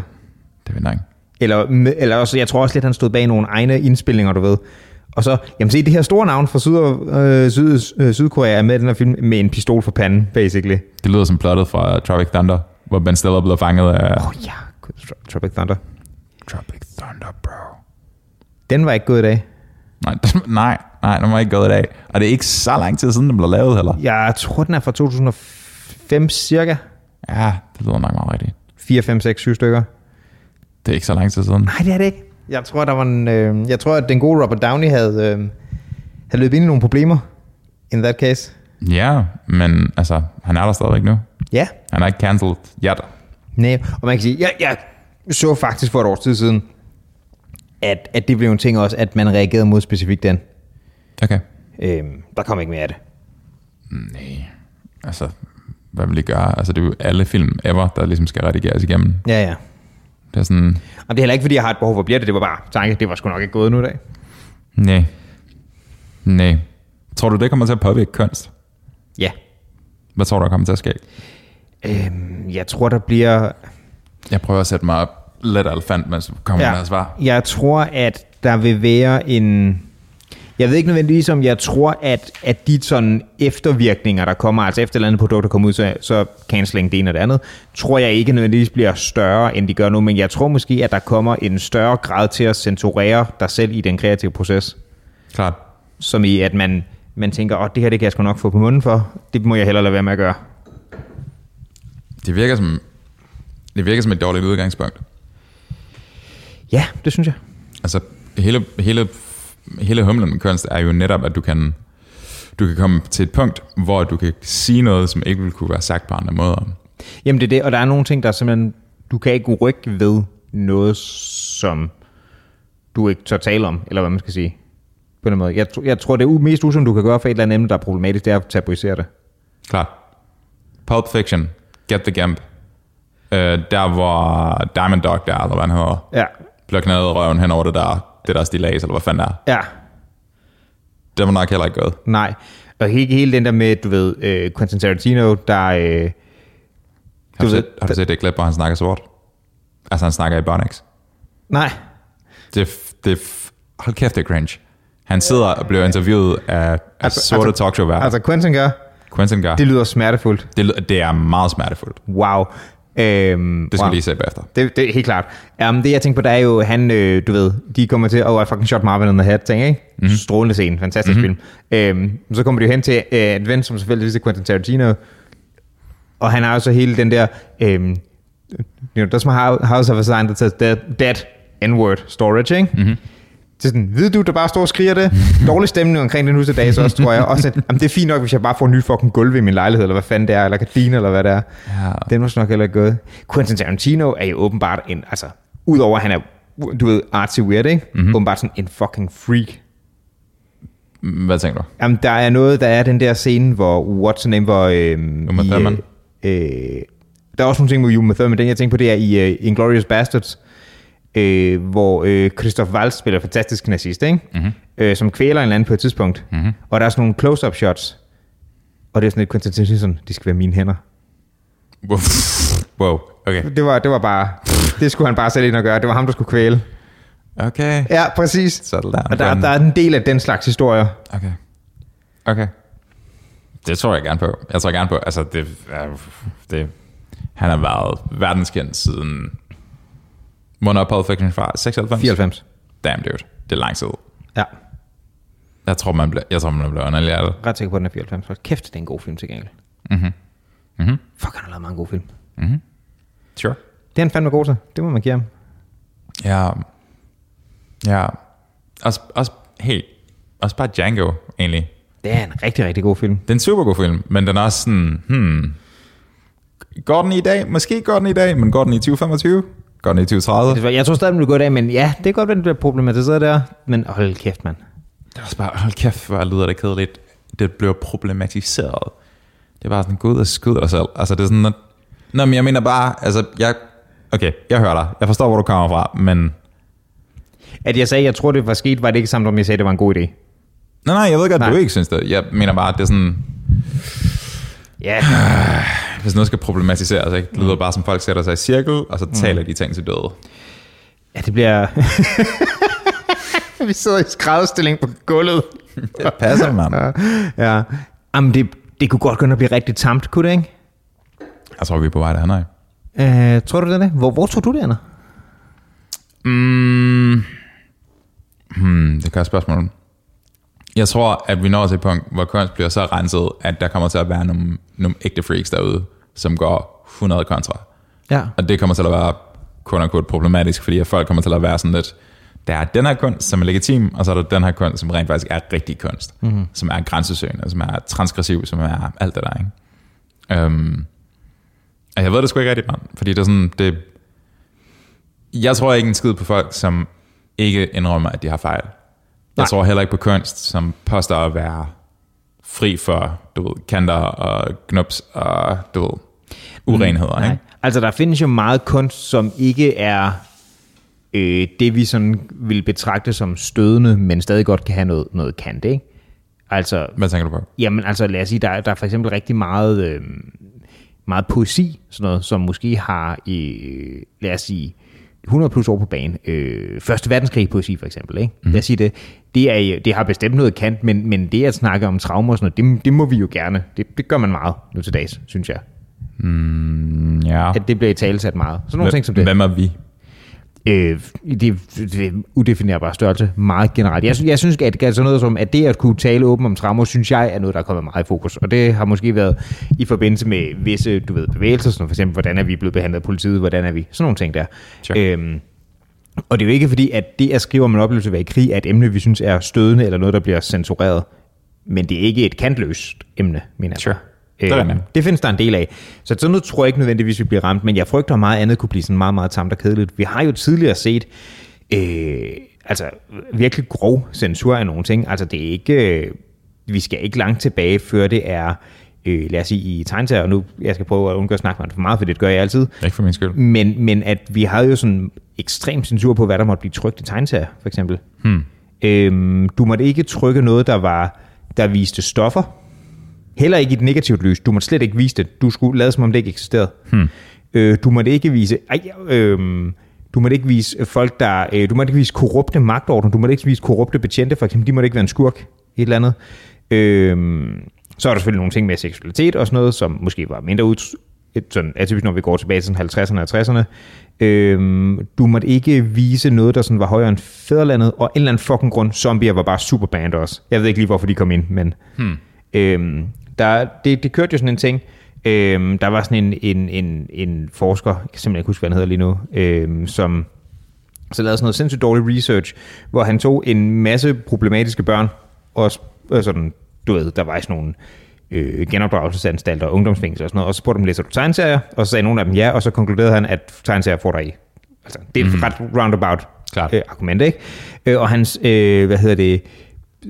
S1: Det ved jeg ikke.
S2: Eller, med- eller også, jeg tror også lidt, han stod bag nogle egne indspillinger, du ved. Og så, jamen se, det her store navn fra Syd, øh, Syd, øh, Sydkorea er med i den her film med en pistol for panden, basically.
S1: Det lyder som plottet fra Tropic Thunder, hvor Ben Stiller blev fanget af...
S2: Åh oh, ja, Gud, Tro- Tropic Thunder.
S1: Tropic Thunder, bro.
S2: Den var ikke god i dag.
S1: Nej, nej, nej, den var ikke gået i dag. Og det er ikke så lang tid siden, den blev lavet heller.
S2: Jeg tror, den er fra 2005 cirka.
S1: Ja, det lyder nok meget rigtigt.
S2: 4, 5, 6, 7 stykker.
S1: Det er ikke så lang tid siden.
S2: Nej, det er det ikke. Jeg tror, der var en, øh, jeg tror at den gode Robert Downey havde, øh, havde løbet ind i nogle problemer. In that case.
S1: Ja, men altså, han er der stadigvæk nu.
S2: Ja.
S1: Han er ikke cancelled yet.
S2: Nej. Og man kan sige, jeg, jeg så faktisk for et års tid siden, at, at det blev en ting også, at man reagerede mod specifikt den.
S1: Okay.
S2: Øh, der kom ikke mere af det.
S1: Nej, altså, hvad vil det gøre? Altså, det er jo alle film ever, der ligesom skal redigeres igennem.
S2: Ja, ja.
S1: Det er sådan,
S2: Og det er heller ikke, fordi jeg har et behov for at blive det. Det var bare tanke, det var sgu nok ikke gået nu i dag.
S1: nej, nej. Tror du, det kommer til at påvirke kunst?
S2: Ja.
S1: Hvad tror du, der kommer til at ske?
S2: Øh, jeg tror, der bliver...
S1: Jeg prøver at sætte mig op let alfant, mens du kommer ja. med deres svar.
S2: Jeg tror, at der vil være en... Jeg ved ikke nødvendigvis, om jeg tror, at, at de sådan eftervirkninger, der kommer, altså efter et eller andet produkt, der kommer ud, så, så canceling det ene og det andet, tror jeg ikke nødvendigvis bliver større, end de gør nu, men jeg tror måske, at der kommer en større grad til at censurere dig selv i den kreative proces,
S1: Klart.
S2: som i, at man, man tænker, åh, det her, det kan jeg sgu nok få på munden for, det må jeg hellere lade være med at gøre.
S1: Det virker som, det virker som et dårligt udgangspunkt.
S2: Ja, det synes jeg.
S1: Altså, hele, hele, hele humlen med kunst er jo netop, at du kan, du kan komme til et punkt, hvor du kan sige noget, som ikke ville kunne være sagt på andre måder.
S2: Jamen det er det, og der er nogle ting, der er simpelthen, du kan ikke rykke ved noget, som du ikke tør tale om, eller hvad man skal sige. På den måde. Jeg, tr- jeg tror, det er u- mest usundt, du kan gøre for et eller andet emne, der er problematisk, det er at tabuisere det.
S1: Klart. Pulp Fiction, Get the Gimp, øh, der hvor Diamond Dog der, eller hvad han hedder,
S2: Ja.
S1: bliver knaldet i røven hen over det der, det der stilas, eller hvad fanden der er.
S2: Ja.
S1: Det var nok heller ikke gået.
S2: Nej. Og ikke hele den der med, du ved, øh, Quentin Tarantino, der... Øh,
S1: Har du,
S2: Du ved-
S1: set, har du set det klip, hvor han snakker sort? Altså, han snakker i Bonnex.
S2: nej.
S1: Det, er f- det, er f- hold kæft, det er cringe. Han sidder og bliver interviewet af, af
S2: Altså-
S1: sorte
S2: altså-
S1: talkshow-værter.
S2: Altså, Quentin gør,
S1: Quentin gør.
S2: det lyder smertefuldt.
S1: Det, lyder- det er meget smertefuldt.
S2: Wow. Øhm,
S1: Det skal
S2: wow.
S1: wow. vi lige se bagefter.
S2: Det, det er helt klart. Um, det jeg tænker på, der er jo, han, øh, du ved, de kommer til, oh, I fucking shot Marvin in the head, ting, ikke? Mm. Strålende scene, fantastisk mm-hmm. film. Um, så kommer de jo hen til øh, en ven, som selvfølgelig er Quentin Tarantino, og han har jo så hele den der, øhm, you know, that's my hou- house of a sign that says dead, dead N-word storage, ikke? Mm-hmm. Det er sådan, ved du, der bare står og skriger det? Dårlig stemning omkring den husadags også, tror jeg. Også, at, jamen, det er fint nok, hvis jeg bare får en ny fucking gulv i min lejlighed, eller hvad fanden det er, eller gardiner, eller hvad det er.
S1: Ja.
S2: Den var nok heller ikke gået. Quentin Tarantino er jo åbenbart en, altså, udover at han er, du ved, artsy weird, ikke? Mm-hmm. Åbenbart sådan en fucking freak.
S1: Mm, Hvad tænker du?
S2: Jamen, der er noget, der er den der scene, hvor what's her name, hvor... Øhm,
S1: Uma
S2: i,
S1: Thurman.
S2: Øh, øh, der er også nogle ting med Uma Thurman. Den, jeg tænker på, det er i øh, Inglourious Bastards, øh, hvor øh, Christoph Waltz spiller fantastisk nazist, ikke? Mm-hmm.
S1: Mhm.
S2: Øh, som kvæler en eller anden på et tidspunkt. Mm-hmm. Og der er sådan nogle close-up shots. Og det er sådan lidt Quentin Tarantino, sådan, det skal være mine hænder.
S1: Wow. wow. Okay.
S2: Det var, det var bare... det skulle han bare sætte ind og gøre. Det var ham, der skulle kvæle.
S1: Okay.
S2: Ja, præcis.
S1: Settle down.
S2: Og der, der er en del af den slags historier.
S1: Okay. Okay. Det tror jeg gerne på. Jeg tror gerne på, altså det, er- det han har været verdenskendt siden Hvornår er Pulp Fiction fra 96?
S2: 94.
S1: Damn dude, det er lang tid.
S2: Ja,
S1: Jeg tror, man bliver, jeg tror, man bliver underlig af det.
S2: ret sikker på, at den er 94. Hold Kæft, det er en god film til gengæld. Mhm.
S1: Mm-hmm. Mm-hmm.
S2: Fuck, han har lavet mange gode film.
S1: Mm-hmm. Sure.
S2: Det er han fandme god til. Det må man give ham.
S1: Ja. Ja. Også, også helt... Også bare Django, egentlig.
S2: Det er en rigtig, rigtig god film.
S1: Det er en super god film, men den er også sådan, hmm, går den i dag? Måske går den i dag, men går den i 2025? Går den i 2030?
S2: Det var- Jeg tror stadig, den vil gå i dag, men ja, det er godt, at den bliver problematiseret der. Men hold kæft, mand.
S1: Det er også bare, hold kæft, hvor lyder det kedeligt. Det bliver problematiseret. Det er bare sådan, gå ud og skyd dig selv. Altså, det er sådan, at... Nå, men jeg mener bare, altså, jeg... Okay, jeg hører dig. Jeg forstår, hvor du kommer fra, men...
S2: At jeg sagde, jeg tror, det var sket, var det ikke samt, om jeg sagde, det var en god idé.
S1: Nej, nej, jeg ved godt,
S2: Nej.
S1: nej. du ikke synes det. Jeg mener bare, at det er sådan,
S2: Ja,
S1: hvis noget skal problematiseres, ikke? det lyder bare som folk sætter sig i cirkel, og så taler de ting til døde.
S2: ja det bliver... Vi sidder i skrædderstilling på gulvet.
S1: Det passer, mand.
S2: Ja. Jamen, det, det kunne godt gå ind og blive rigtig tamt, kunne det ikke?
S1: Jeg tror, vi er på vej derhen, ikke?
S2: Øh, tror du det? er det? Hvor, hvor tror du det, Anna?
S1: Mm. Hmm, det kan jeg spørgsmål. Jeg tror, at vi når til et punkt, hvor kunst bliver så renset, at der kommer til at være nogle, nogle ægte freaks derude, som går 100 kontra.
S2: Ja.
S1: Og det kommer til at være kun og kun problematisk, fordi at folk kommer til at være sådan lidt, der er den her kunst, som er legitim, og så er der den her kunst, som rent faktisk er rigtig kunst,
S2: Mhm.
S1: mm-hmm. som er grænsesøgende, som er transgressiv, som er alt det der, ikke? Øhm, og jeg ved det sgu ikke rigtigt, mand, fordi det er sådan, det, jeg tror ikke en skid på folk, som ikke indrømmer, at de har fejl. Jeg
S2: Nej.
S1: tror heller ikke på kunst, som påstår at være fri for, du ved, kanter og knups og, du ved, urenheder,
S2: Mm. Nej.
S1: ikke?
S2: Altså, der findes jo meget kunst, som ikke er øh, det, vi sådan vil betragte som stødende, men stadig godt kan have noget, noget kant, ikke? Altså,
S1: Hvad tænker du på?
S2: Jamen altså lad os sige, der, er- der er for eksempel rigtig meget, øh, meget poesi, sådan noget, som måske har, øh, lad os sige, 100 plus år på banen. Øh, Første verdenskrig poesi for eksempel, ikke? Mm. lad os sige det. Det, er, det har bestemt noget kant, men, men det at snakke om traumer og sådan noget, det, det må vi jo gerne. Det, det gør man meget nu til dags, synes jeg.
S1: Ja.
S2: At det bliver i talesat meget. Sådan nogle ting som det.
S1: Hvem er vi?
S2: øh, det, er- det er udefinerbar størrelse meget generelt. Jeg, sy- jeg synes, at at sådan noget som, at det at kunne tale åbent om traumer, synes jeg er noget, der er kommet meget i fokus. Og det har måske været i forbindelse med visse du ved, bevægelser, som for eksempel, hvordan er vi blevet behandlet af politiet, hvordan er vi, sådan nogle ting der.
S1: Sure.
S2: Øhm, og det er jo ikke fordi, at det at skrive om en oplevelse ved krig, er et emne, vi synes er stødende, eller noget, der bliver censureret. Men det er ikke et kantløst emne, mener jeg.
S1: Sure.
S2: Øh,
S1: Det er rigtigt.
S2: det findes der en del af. Så sådan noget tror jeg ikke nødvendigvis, vi bliver ramt, men jeg frygter, at meget andet kunne blive sådan meget, meget tamt og kedeligt. Vi har jo tidligere set øh, altså, virkelig grov censur af nogle ting. Altså, det er ikke... Øh, vi skal ikke langt tilbage, før det er, øh, lad os sige, i tegneserier, og nu jeg skal prøve at undgå at snakke med dig for meget, for det gør jeg altid,
S1: Ikke for min skyld.
S2: men, men at vi havde jo sådan ekstrem censur på, hvad der måtte blive trygt i tegneserier, for eksempel. Hmm. Øhm, du måtte ikke trykke noget, der var der viste stoffer. Heller ikke i et negativt lys. Du måtte slet ikke vise det. Du skulle lade som om det ikke eksisterede. Hmm. Øh, du måtte ikke vise... Ej, øhm, du måtte ikke vise folk, der... Øh, du måtte ikke vise korrupte magtordner. Du måtte ikke vise korrupte betjente, for eksempel. De måtte ikke være en skurk. Et eller andet. Øhm, så er der selvfølgelig nogle ting med seksualitet og sådan noget, som måske var mindre ud, et sådan atypisk, når vi går tilbage til sådan 50'erne og 60'erne. Øhm, du måtte ikke vise noget, der sådan var højere end fædrelandet, og en eller anden fucking grund, zombier var bare superband også. Jeg ved ikke lige, hvorfor de kom ind, men... Hmm. Øhm, der, det, det kørte jo sådan en ting. Øhm, der var sådan en, en, en, en forsker, jeg kan simpelthen ikke huske, hvad han hedder lige nu, øhm, som så lavede sådan noget sindssygt dårlig research, hvor han tog en masse problematiske børn, og s- og sådan, du ved, der var sådan nogle øh, genopdragelsesanstalter og ungdomsfængsler og sådan noget, og så spurgte dem, læser du tegneserier? Og så sagde nogle af dem ja, og så konkluderede han, at tegneserier får dig i. Altså, det er et ret roundabout
S1: Klart.
S2: øh, argument, ikke? Øh, og hans, øh, hvad hedder det,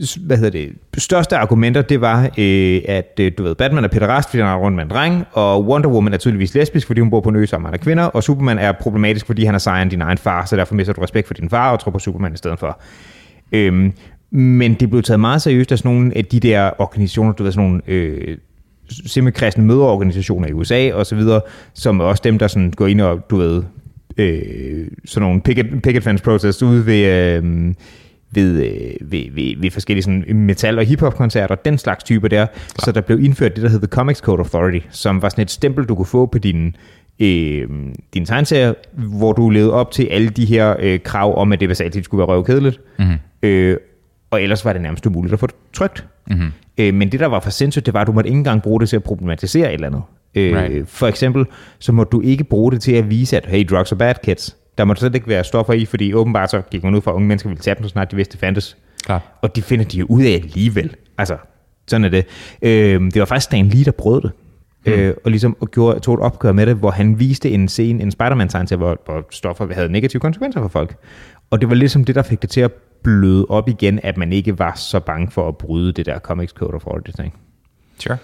S2: s- hvad hedder det, største argumenter, det var, øh, at øh, du ved, Batman er pederast, fordi han er rundt med en dreng, og Wonder Woman er tydeligvis lesbisk, fordi hun bor på en ø sammen med andre kvinder, og Superman er problematisk, fordi han er sejere end din egen far, så derfor mister du respekt for din far og tror på Superman i stedet for. Øhm, men det blev taget meget seriøst af sådan nogle af de der organisationer, du ved, sådan nogle øh, semikristne møderorganisationer i USA og så videre, som er også dem, der sådan går ind og, du ved, øh, sådan nogle picket, picket fence protests ude ved, øh, ved, øh, ved, ved, ved forskellige sådan metal- og hiphop-koncerter, den slags typer der. Klar. Så der blev indført det, der hedder The Comics Code Authority, som var sådan et stempel, du kunne få på din, øh, din tegneserie, hvor du levede op til alle de her øh, krav om, at det basalt skulle være røvkedeligt. Mm-hmm. Øh, og ellers var det nærmest umuligt at få det trygt. Mm-hmm. Øh, men det, der var for sindssygt, det var, at du måtte ikke engang bruge det til at problematisere et eller andet. Øh,
S1: Right.
S2: For eksempel, så må du ikke bruge det til at vise, at hey, drugs are bad, kids. Der måtte slet ikke være stoffer i, fordi åbenbart så gik man ud fra, at unge mennesker ville tage dem, så snart de vidste, det fandtes.
S1: Klart.
S2: Og det finder de jo ud af alligevel. Altså, sådan er det. Øh, det var faktisk Stan Lee, der prøvede det. Mm. Øh, og ligesom og gjorde, tog et opgør med det, hvor han viste en scene, en Spider-Man-tegnserie, hvor, hvor stoffer havde negative konsekvenser for folk. Og det var ligesom det, der fik det til at bløde op igen, at man ikke var så bange for at bryde det der comics code of all thing.
S1: Sure.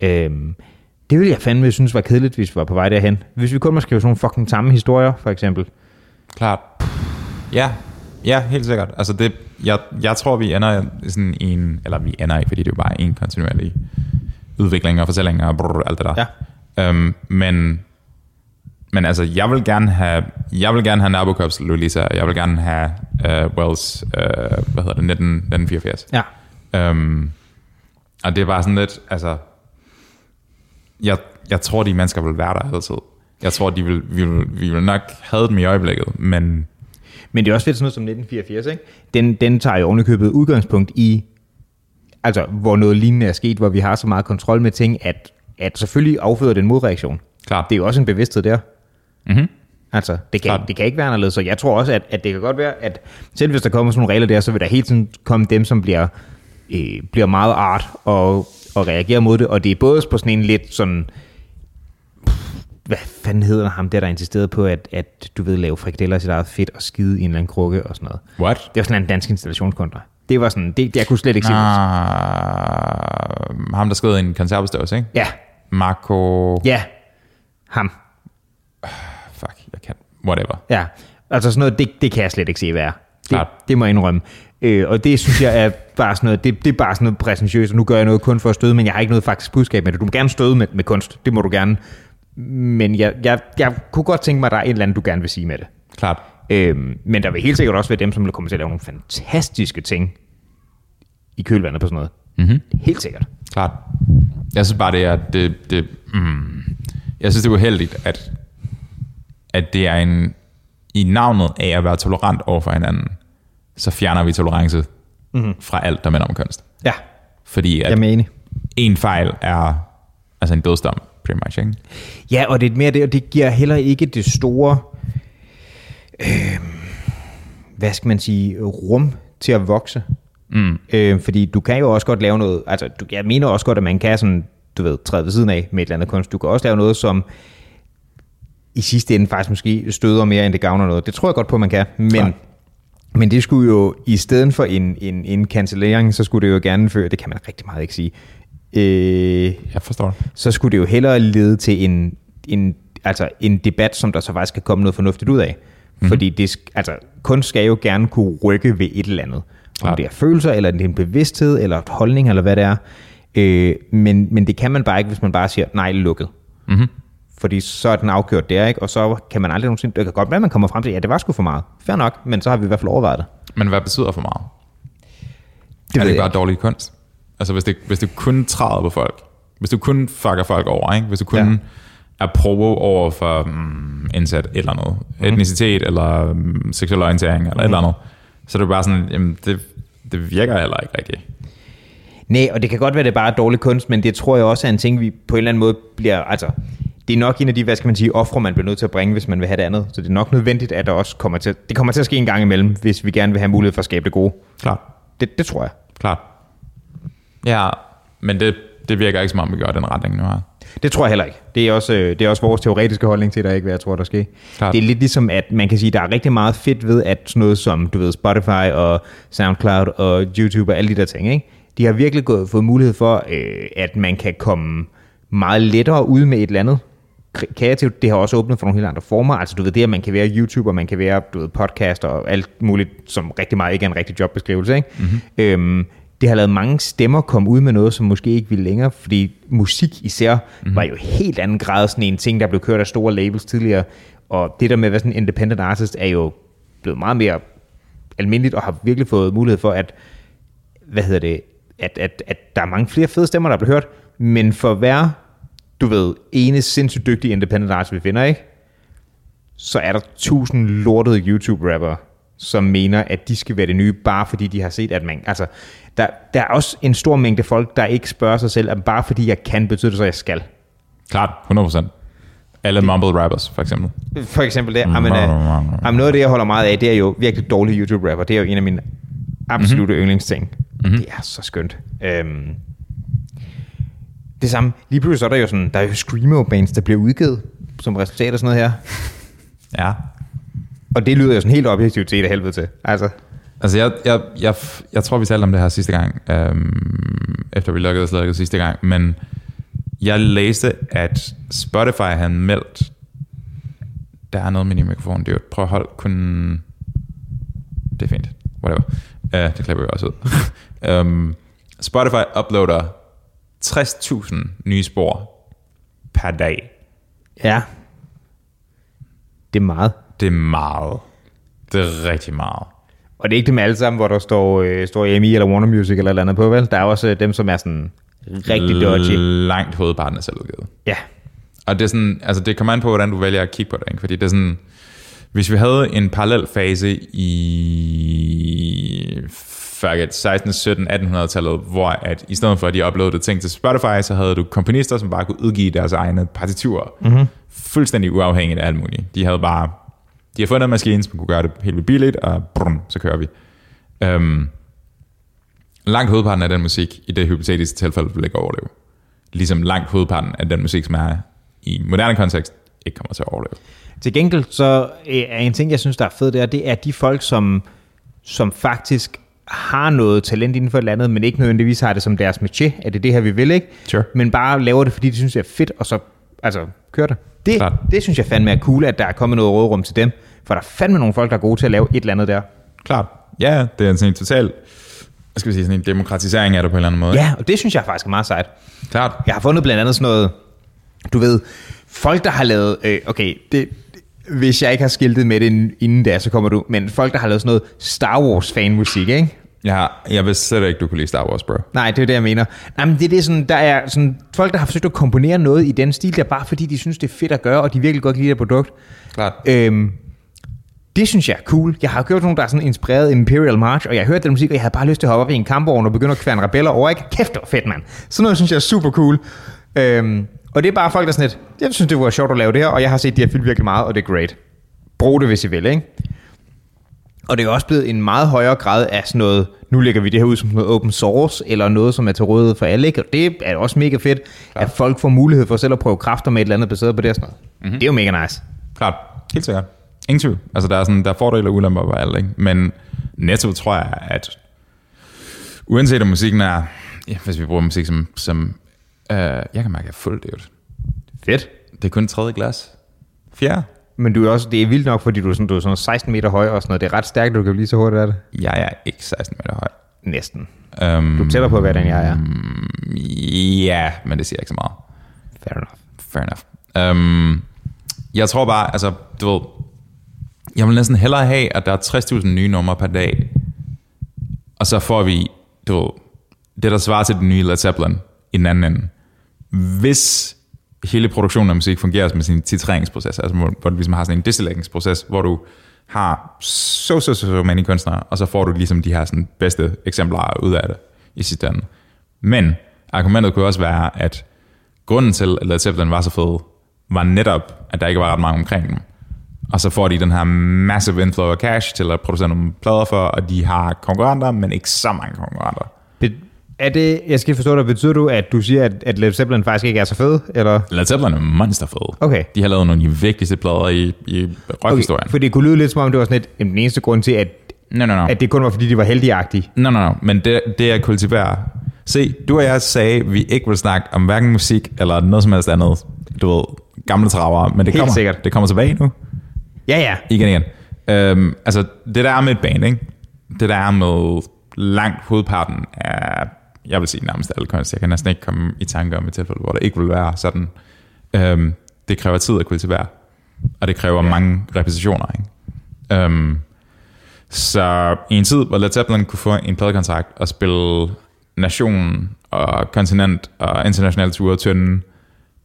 S2: Øhm, det ville jeg fandme synes var kedeligt, hvis vi var på vej derhen. Hvis vi kun måske skrive sådan nogle fucking samme historier, for eksempel.
S1: Klart. Ja, ja, helt sikkert. Altså det, jeg, jeg tror, vi ender sådan i en, eller vi ender ikke, fordi det er jo bare en kontinuerlig udvikling og fortælling og brrr, alt det der. Ja. Øhm, men, men altså, jeg vil gerne have, jeg vil gerne have Nabokovs Lulisa, jeg vil gerne have uh, Wells, uh, hvad hedder det, 19, 1984.
S2: Ja.
S1: Øhm, og det var sådan lidt, altså, jeg, jeg tror, de mennesker vil være der altid. Jeg tror, de vil, vi, vil, vi vil nok have dem i øjeblikket, men
S2: Men det er også lidt sådan noget som 1984, ikke? Den, den tager jo ovenikøbet udgangspunkt i, altså hvor noget lignende er sket, hvor vi har så meget kontrol med ting, at, at selvfølgelig afføder den modreaktion.
S1: klart,
S2: Det er jo også en bevidsthed der.
S1: Mhm.
S2: Altså, det kan,
S1: Klart.
S2: det kan ikke være anderledes, så jeg tror også, at, at det kan godt være, at selv hvis der kommer sådan nogle regler der, så vil der hele tiden komme dem, som bliver, øh, bliver meget art og, og reagerer mod det, og det er både på sådan en lidt sådan, hvad fanden hedder ham der, der insisterede på, at, at du ved, lave frikadeller i sit eget fedt og skide i en eller anden krukke og sådan noget.
S1: what?
S2: Det var sådan en dansk installationskunde. Det var sådan, det, jeg kunne slet ikke se. det.
S1: Ah, ham, der skød en konservestøvs, ikke?
S2: Ja,
S1: Marco...
S2: ja, ham,
S1: Fuck, jeg kan... Whatever.
S2: ja. Altså sådan noget, det, det kan jeg slet ikke se, hvad er. Det,
S1: Klart.
S2: det må jeg indrømme. Øh, og det synes jeg er bare sådan noget, det, det er bare sådan noget præsentiøst, og nu gør jeg noget kun for at støde, men jeg har ikke noget faktisk budskab med det. Du må gerne støde med, med kunst, det må du gerne. Men jeg, jeg, jeg kunne godt tænke mig, at der er et eller andet, du gerne vil sige med det.
S1: Klart.
S2: Øhm, men der vil helt sikkert også være dem, som kommer til at lave nogle fantastiske ting i kølvandet på sådan noget. Mm-hmm. Helt sikkert.
S1: Klart. Jeg synes bare, det er... Det, det, mm, jeg synes, det er uheldigt, at, at det er en... I navnet af at være tolerant over for hinanden, så fjerner vi tolerance mm-hmm. fra alt, der minder om kunst.
S2: Ja,
S1: Fordi at
S2: jeg er enig.
S1: en fejl er altså en dødsdom, pretty much, ikke?
S2: Ja, og det er mere det, og det giver heller ikke det store, øh, hvad skal man sige, rum til at vokse. Mm. Øh, fordi du kan jo også godt lave noget, altså du, jeg mener også godt, at man kan sådan, du ved, træde ved siden af med et eller andet kunst. Du kan også lave noget, som i sidste ende faktisk måske støder mere, end det gavner noget. Det tror jeg godt på, man kan, men...
S1: Ja.
S2: Men det skulle jo, i stedet for en, en, en cancellering, så skulle det jo gerne føre, det kan man rigtig meget ikke sige, øh,
S1: Jeg forstår det.
S2: så skulle det jo hellere lede til en, en, altså en debat, som der så faktisk kan komme noget fornuftigt ud af. Mm-hmm. Fordi det, sk- altså, kunst skal jo gerne kunne rykke ved et eller andet. Om
S1: Klart.
S2: det er følelser, eller det er en bevidsthed, eller et holdning, eller hvad det er. Øh, men, men det kan man bare ikke, hvis man bare siger, nej, lukket. Mhm.
S1: Mm-hmm.
S2: Fordi så er den afgjort der, ikke? og så kan man aldrig nogensinde... Det kan godt være, at man kommer frem til, ja, det var sgu for meget. Fair nok, men så har vi i hvert fald overvejet det.
S1: Men hvad betyder for meget?
S2: Det
S1: er
S2: ved
S1: det ikke
S2: jeg
S1: bare dårlig kunst? Altså hvis, det, hvis du kun træder på folk, hvis du kun fucker folk over, ikke? hvis du kun
S2: Ja.
S1: ja. er provo over for mm, indsat et eller andet, mm. etnicitet eller mm, seksuel orientering eller mm. et eller andet, så er det bare sådan, jamen det, det virker heller ikke rigtigt.
S2: Nej, og det kan godt være, det er bare er dårlig kunst, men det tror jeg også er en ting, vi på en eller anden måde bliver... Altså, det er nok en af de, hvad skal man sige, ofre, man bliver nødt til at bringe, hvis man vil have det andet. Så det er nok nødvendigt, at der også kommer til... Det kommer til at ske en gang imellem, hvis vi gerne vil have mulighed for at skabe det gode.
S1: Klart,
S2: Det, det tror jeg.
S1: klart. Ja, men det, det virker ikke som om, vi gør den retning nu her.
S2: Det tror jeg heller ikke. Det er også, øh, det er også vores teoretiske holdning til, der ikke hvad jeg tror, der sker.
S1: Klart.
S2: Det er lidt ligesom, at man kan sige, der er rigtig meget fedt ved, at sådan noget som, du ved, Spotify og SoundCloud og YouTube og alle de der ting, ikke? De har virkelig gået, fået mulighed for, øh, at man kan komme meget lettere ud med et eller andet kre- kreativt. Det har også åbnet for nogle helt andre former. Altså du ved det, at man kan være YouTuber, man kan være du ved, podcaster og alt muligt, som rigtig meget ikke er en rigtig jobbeskrivelse. Ikke? Mm-hmm. Øhm, det har lavet mange stemmer komme ud med noget, som måske ikke ville længere, fordi musik især mm-hmm. var jo helt anden grad sådan en ting, der blev kørt af store labels tidligere. Og det der med at være sådan en independent artist er jo blevet meget mere almindeligt og har virkelig fået mulighed for at hvad hedder det, at, at, at der er mange flere fede stemmer, der bliver hørt, men for hver, du ved, ene sindssygt dygtige independent artist, vi finder, ikke? Så er der tusind lortede YouTube-rappere, som mener, at de skal være det nye, bare fordi de har set, at man... Altså, der, der er også en stor mængde folk, der ikke spørger sig selv, at bare fordi jeg kan, betyder det så, at jeg skal.
S1: Klart, 100%. Alle mumble rappers, for eksempel.
S2: For eksempel det, amen,
S1: Mm.
S2: amen, noget af det, jeg holder meget af, det er jo virkelig dårlige YouTube-rapper. Det er jo en af mine absolute mm-hmm. yndlingsting. Mm-hmm. Det er så skønt. Øhm, det samme. Lige pludselig så er der jo sådan, der er jo Screamo-bands, der bliver udgivet som resultat af sådan noget her.
S1: Ja.
S2: Og det lyder jo sådan helt objektivt set af helvede til. Altså,
S1: Altså, jeg, jeg, jeg, jeg tror, vi talte om det her sidste gang, øhm, efter vi lukkede og slukkede sidste gang, men jeg læste, at Spotify havde meldt, der er noget med din mikrofon, det er jo, prøv at holde kun, det er fint, whatever, uh, det klipper vi også ud. um, Spotify uploader 60.000 nye spor per dag.
S2: ja. Det er meget.
S1: Det er meget. Det er rigtig meget.
S2: Og det er ikke dem alle sammen, hvor der står, øh, står EMI eller Warner Music eller et eller andet på, vel? Der er også øh, dem, som er sådan rigtig
S1: Øh.
S2: dodgy.
S1: Langt hovedparten er selvudgivet.
S2: Ja.
S1: Og det er sådan, altså det kommer an på, hvordan du vælger at kigge på det, ikke? fordi det er sådan, hvis vi havde en parallel fase i fuck it, 16, 17, 1800-tallet, hvor at i stedet for at de uploadede ting til Spotify, så havde du komponister, som bare kunne udgive deres egne partiturer, mm-hmm. fuldstændig uafhængigt af alt muligt. De havde bare, de har fundet en maskine, som kunne gøre det helt vildt billigt, og brum, så kører vi. Øhm, langt hovedparten af den musik, i det hypotetiske tilfælde, vil ikke overleve. Ligesom langt hovedparten af den musik, som er i moderne kontekst, ikke kommer til at overleve.
S2: Til gengæld så øh, er en ting, jeg synes, der er fed der, det er de folk, som, som faktisk har noget talent inden for et eller andet, men ikke nødvendigvis har det som deres métier, at det er det her, vi vil, ikke?
S1: Sure.
S2: Men bare laver det, fordi de synes, det er fedt, og så altså, kører det. Det,
S1: Klart.
S2: det synes jeg fandme er cool, at der er kommet noget rådrum til dem, for der er fandme nogle folk, der er gode til at lave et eller andet der.
S1: Klart. Ja, det er sådan en total, hvad skal vi sige, sådan en demokratisering af det på en eller anden måde.
S2: Ja, og det synes jeg faktisk er meget sejt.
S1: Klart.
S2: Jeg har fundet blandt andet sådan noget, du ved, folk der har lavet, øh, okay, det, hvis jeg ikke har skiltet med det inden da, så kommer du, men folk der har lavet sådan noget Star Wars fanmusik, ikke?
S1: Jeg, har, jeg vidste slet ikke, du kunne lide Star Wars, bro.
S2: Nej, det er det, jeg mener. Nej, men det, er det er sådan, der er sådan, folk, der har forsøgt at komponere noget i den stil, der bare fordi de synes, det er fedt at gøre, og de virkelig godt kan lide det produkt.
S1: Klart.
S2: Øhm, det synes jeg er cool. Jeg har hørt nogen, der er sådan inspireret af Imperial March, og jeg hørte den musik, og jeg havde bare lyst til at hoppe op i en kampvogn og begynde at kværne rebeller over, ikke? Kæft, det var fedt, mand. Sådan noget synes jeg er super cool. Øhm, og det er bare folk, der er sådan lidt, jeg synes, det var sjovt at lave det her, og jeg har set, de har fyldt virkelig meget, og det er great. Brug det, hvis I vil, ikke? Og det er jo også blevet en meget højere grad af sådan noget, nu lægger vi det her ud som noget open source, eller noget, som er til rådighed for alle, ikke? Og det er også mega fedt, ja. at folk får mulighed for selv at prøve kræfter med et eller andet baseret på det og sådan noget. Mm-hmm. Det er jo mega nice.
S1: Klart. Helt sikkert. Ingen tvivl. Altså, der er, sådan, der er fordele og ulemper ved alt, ikke? Men netto tror jeg, at uanset om musikken er, ja, hvis vi bruger musik som, som øh, jeg kan mærke, at jeg er fuld, det
S2: Fedt.
S1: Det er kun tredje glas. Fjerde.
S2: Men du er også, det er vildt nok, fordi du er sådan, du er sådan 16 meter høj og sådan noget. Det er ret stærkt, du kan blive så hurtigt af det.
S1: Jeg er ikke 16 meter høj.
S2: Næsten.
S1: Um,
S2: Du er tættere på, hvad den jeg er.
S1: Ja, men det siger ikke så meget.
S2: Fair enough.
S1: Fair enough. Um, jeg tror bare, altså, du ved, jeg vil næsten hellere have, at der er 60.000 nye numre per dag, og så får vi, du ved, det, der svarer til den nye Led Zeppelin i den anden ende. Hvis hele produktionen af musik fungerer som sin titreringsproces, altså hvor, hvor du ligesom har sådan en destilleringsproces, hvor du har så, så, så, så mange kunstnere, og så får du ligesom de her sådan bedste eksemplarer ud af det i sidste ende. Men argumentet kunne også være, at grunden til, at Led Zeppelin var så fed, var netop, at der ikke var ret mange omkring dem. Og så får de den her massive inflow af cash til at producere nogle plader for, og de har konkurrenter, men ikke så mange konkurrenter.
S2: Be- er det, jeg skal forstå dig, betyder du, at du siger, at, at Led Zeppelin faktisk ikke er så fed? Eller?
S1: Led Zeppelin er monsterfed.
S2: Okay.
S1: De har lavet nogle af de vigtigste plader i, i rockhistorien.
S2: for det kunne lyde lidt som om, det var sådan et, jamen, den eneste grund til, at,
S1: Nej, nej, nej.
S2: at det kun var, fordi de var heldigagtige.
S1: Nej, nej, nej. Men det, det er at kultivere. Se, du og jeg sagde, at vi ikke vil snakke om hverken musik eller noget som helst andet. Du ved, gamle traver, men det
S2: Helt
S1: kommer,
S2: sikkert.
S1: det kommer tilbage nu.
S2: Ja, ja.
S1: Igen, igen. Øhm, altså, det der er med et band, ikke? Det der er med langt hovedparten af, jeg vil sige nærmest alle kunst. Jeg kan næsten ikke komme i tanke om et tilfælde, hvor der ikke vil være sådan. Øhm, det kræver tid at kultivere, og det kræver ja. mange repetitioner, ikke? Øhm, så i en tid, hvor Led Zeppelin kunne få en pladekontrakt og spille nationen og kontinent og internationale ture tynde,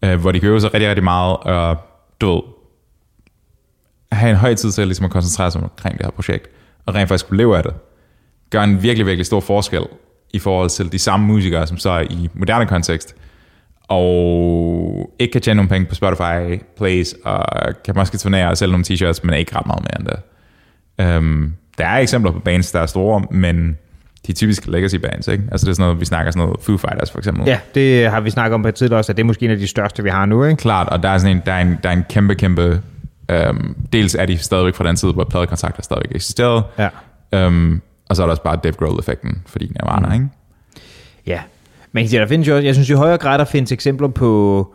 S1: øh, hvor de kan øve sig rigtig, rigtig meget, og du ved, have en høj tid til at, ligesom at koncentrere sig omkring det her projekt, og rent faktisk kunne leve af det, gør en virkelig, virkelig stor forskel i forhold til de samme musikere, som så er i moderne kontekst, og ikke kan tjene nogle penge på Spotify Plays, og kan måske turnere og sælge nogle t-shirts, men ikke ret meget mere end det. Øhm, der er eksempler på bands, der er store, men de er typisk legacy bands, ikke? Altså det er sådan noget, vi snakker sådan noget Foo Fighters for eksempel.
S2: Ja, det har vi snakket om på et tidligere også, at det er måske en af de største, vi har nu, ikke?
S1: Klart, og der er sådan en, der er en, der er en kæmpe, kæmpe... Øhm, dels er de stadigvæk fra den tid, hvor pladekontrakter stadigvæk eksisterede,
S2: Ja.
S1: øhm, og så er der også bare Dave Grohl-effekten, fordi Nirvana, mm. ikke?
S2: Ja. Men jeg siger, der findes jo også, jeg synes i højere grad, der findes eksempler på,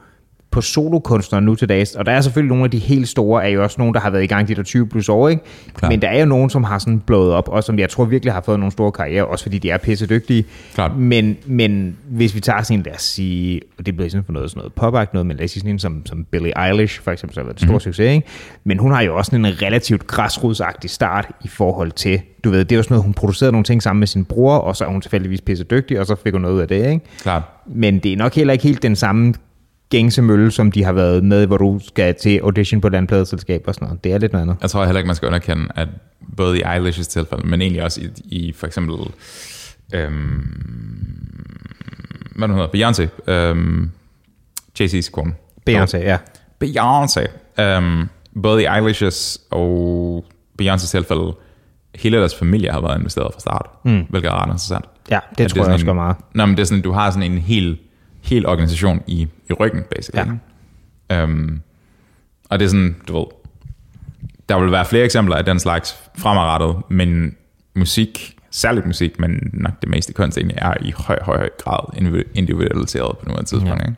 S2: på solokunstnere nu til dags. Og der er selvfølgelig nogle af de helt store, er jo også nogle, der har været i gang de der 20 plus år, ikke?
S1: Klart.
S2: Men der er jo nogen, som har sådan blået op, og som jeg tror virkelig har fået nogle store karrierer, også fordi de er pisse dygtige.
S1: Klart.
S2: Men, men hvis vi tager sådan en, lad os sige, og det bliver sådan for noget, sådan noget påbagt noget, men lad os sige sådan en som, som Billie Eilish, for eksempel, som har været
S1: Mhm.
S2: en stor mm. succes, ikke? Men hun har jo også sådan en relativt græsrodsagtig start i forhold til, du ved, det er jo sådan noget, hun producerede nogle ting sammen med sin bror, og så er hun tilfældigvis pisse dygtig, og så fik hun noget ud af det, ikke?
S1: Klart.
S2: Men det er nok heller ikke helt den samme gængse mølle, som de har været med, hvor du skal til audition på et eller andet pladeselskab og sådan noget. Det er lidt noget andet.
S1: Jeg tror heller ikke, man skal underkende, at både i Eilish's tilfælde, men egentlig også i, i for eksempel... Øhm, hvad nu hedder Beyoncé. Øhm, Jay-Z's kone.
S2: Beyoncé, ja.
S1: Beyoncé. Øhm, både i Eilish's og Beyoncé's tilfælde, hele deres familie har været investeret fra start, mm. hvilket er ret interessant.
S2: Ja, det
S1: At
S2: tror jeg
S1: sådan
S2: også
S1: en-
S2: gør meget.
S1: Nå, men det er sådan, du har sådan en hel, hel organisation i, i ryggen, basically. Ja. Øhm, og det er sådan, du ved, der vil være flere eksempler af den slags fremadrettet, men musik, særligt musik, men nok det meste kunst egentlig, er i høj, høj, høj grad individu- individualiseret på nuværende tidspunkt. Ja. Ikke?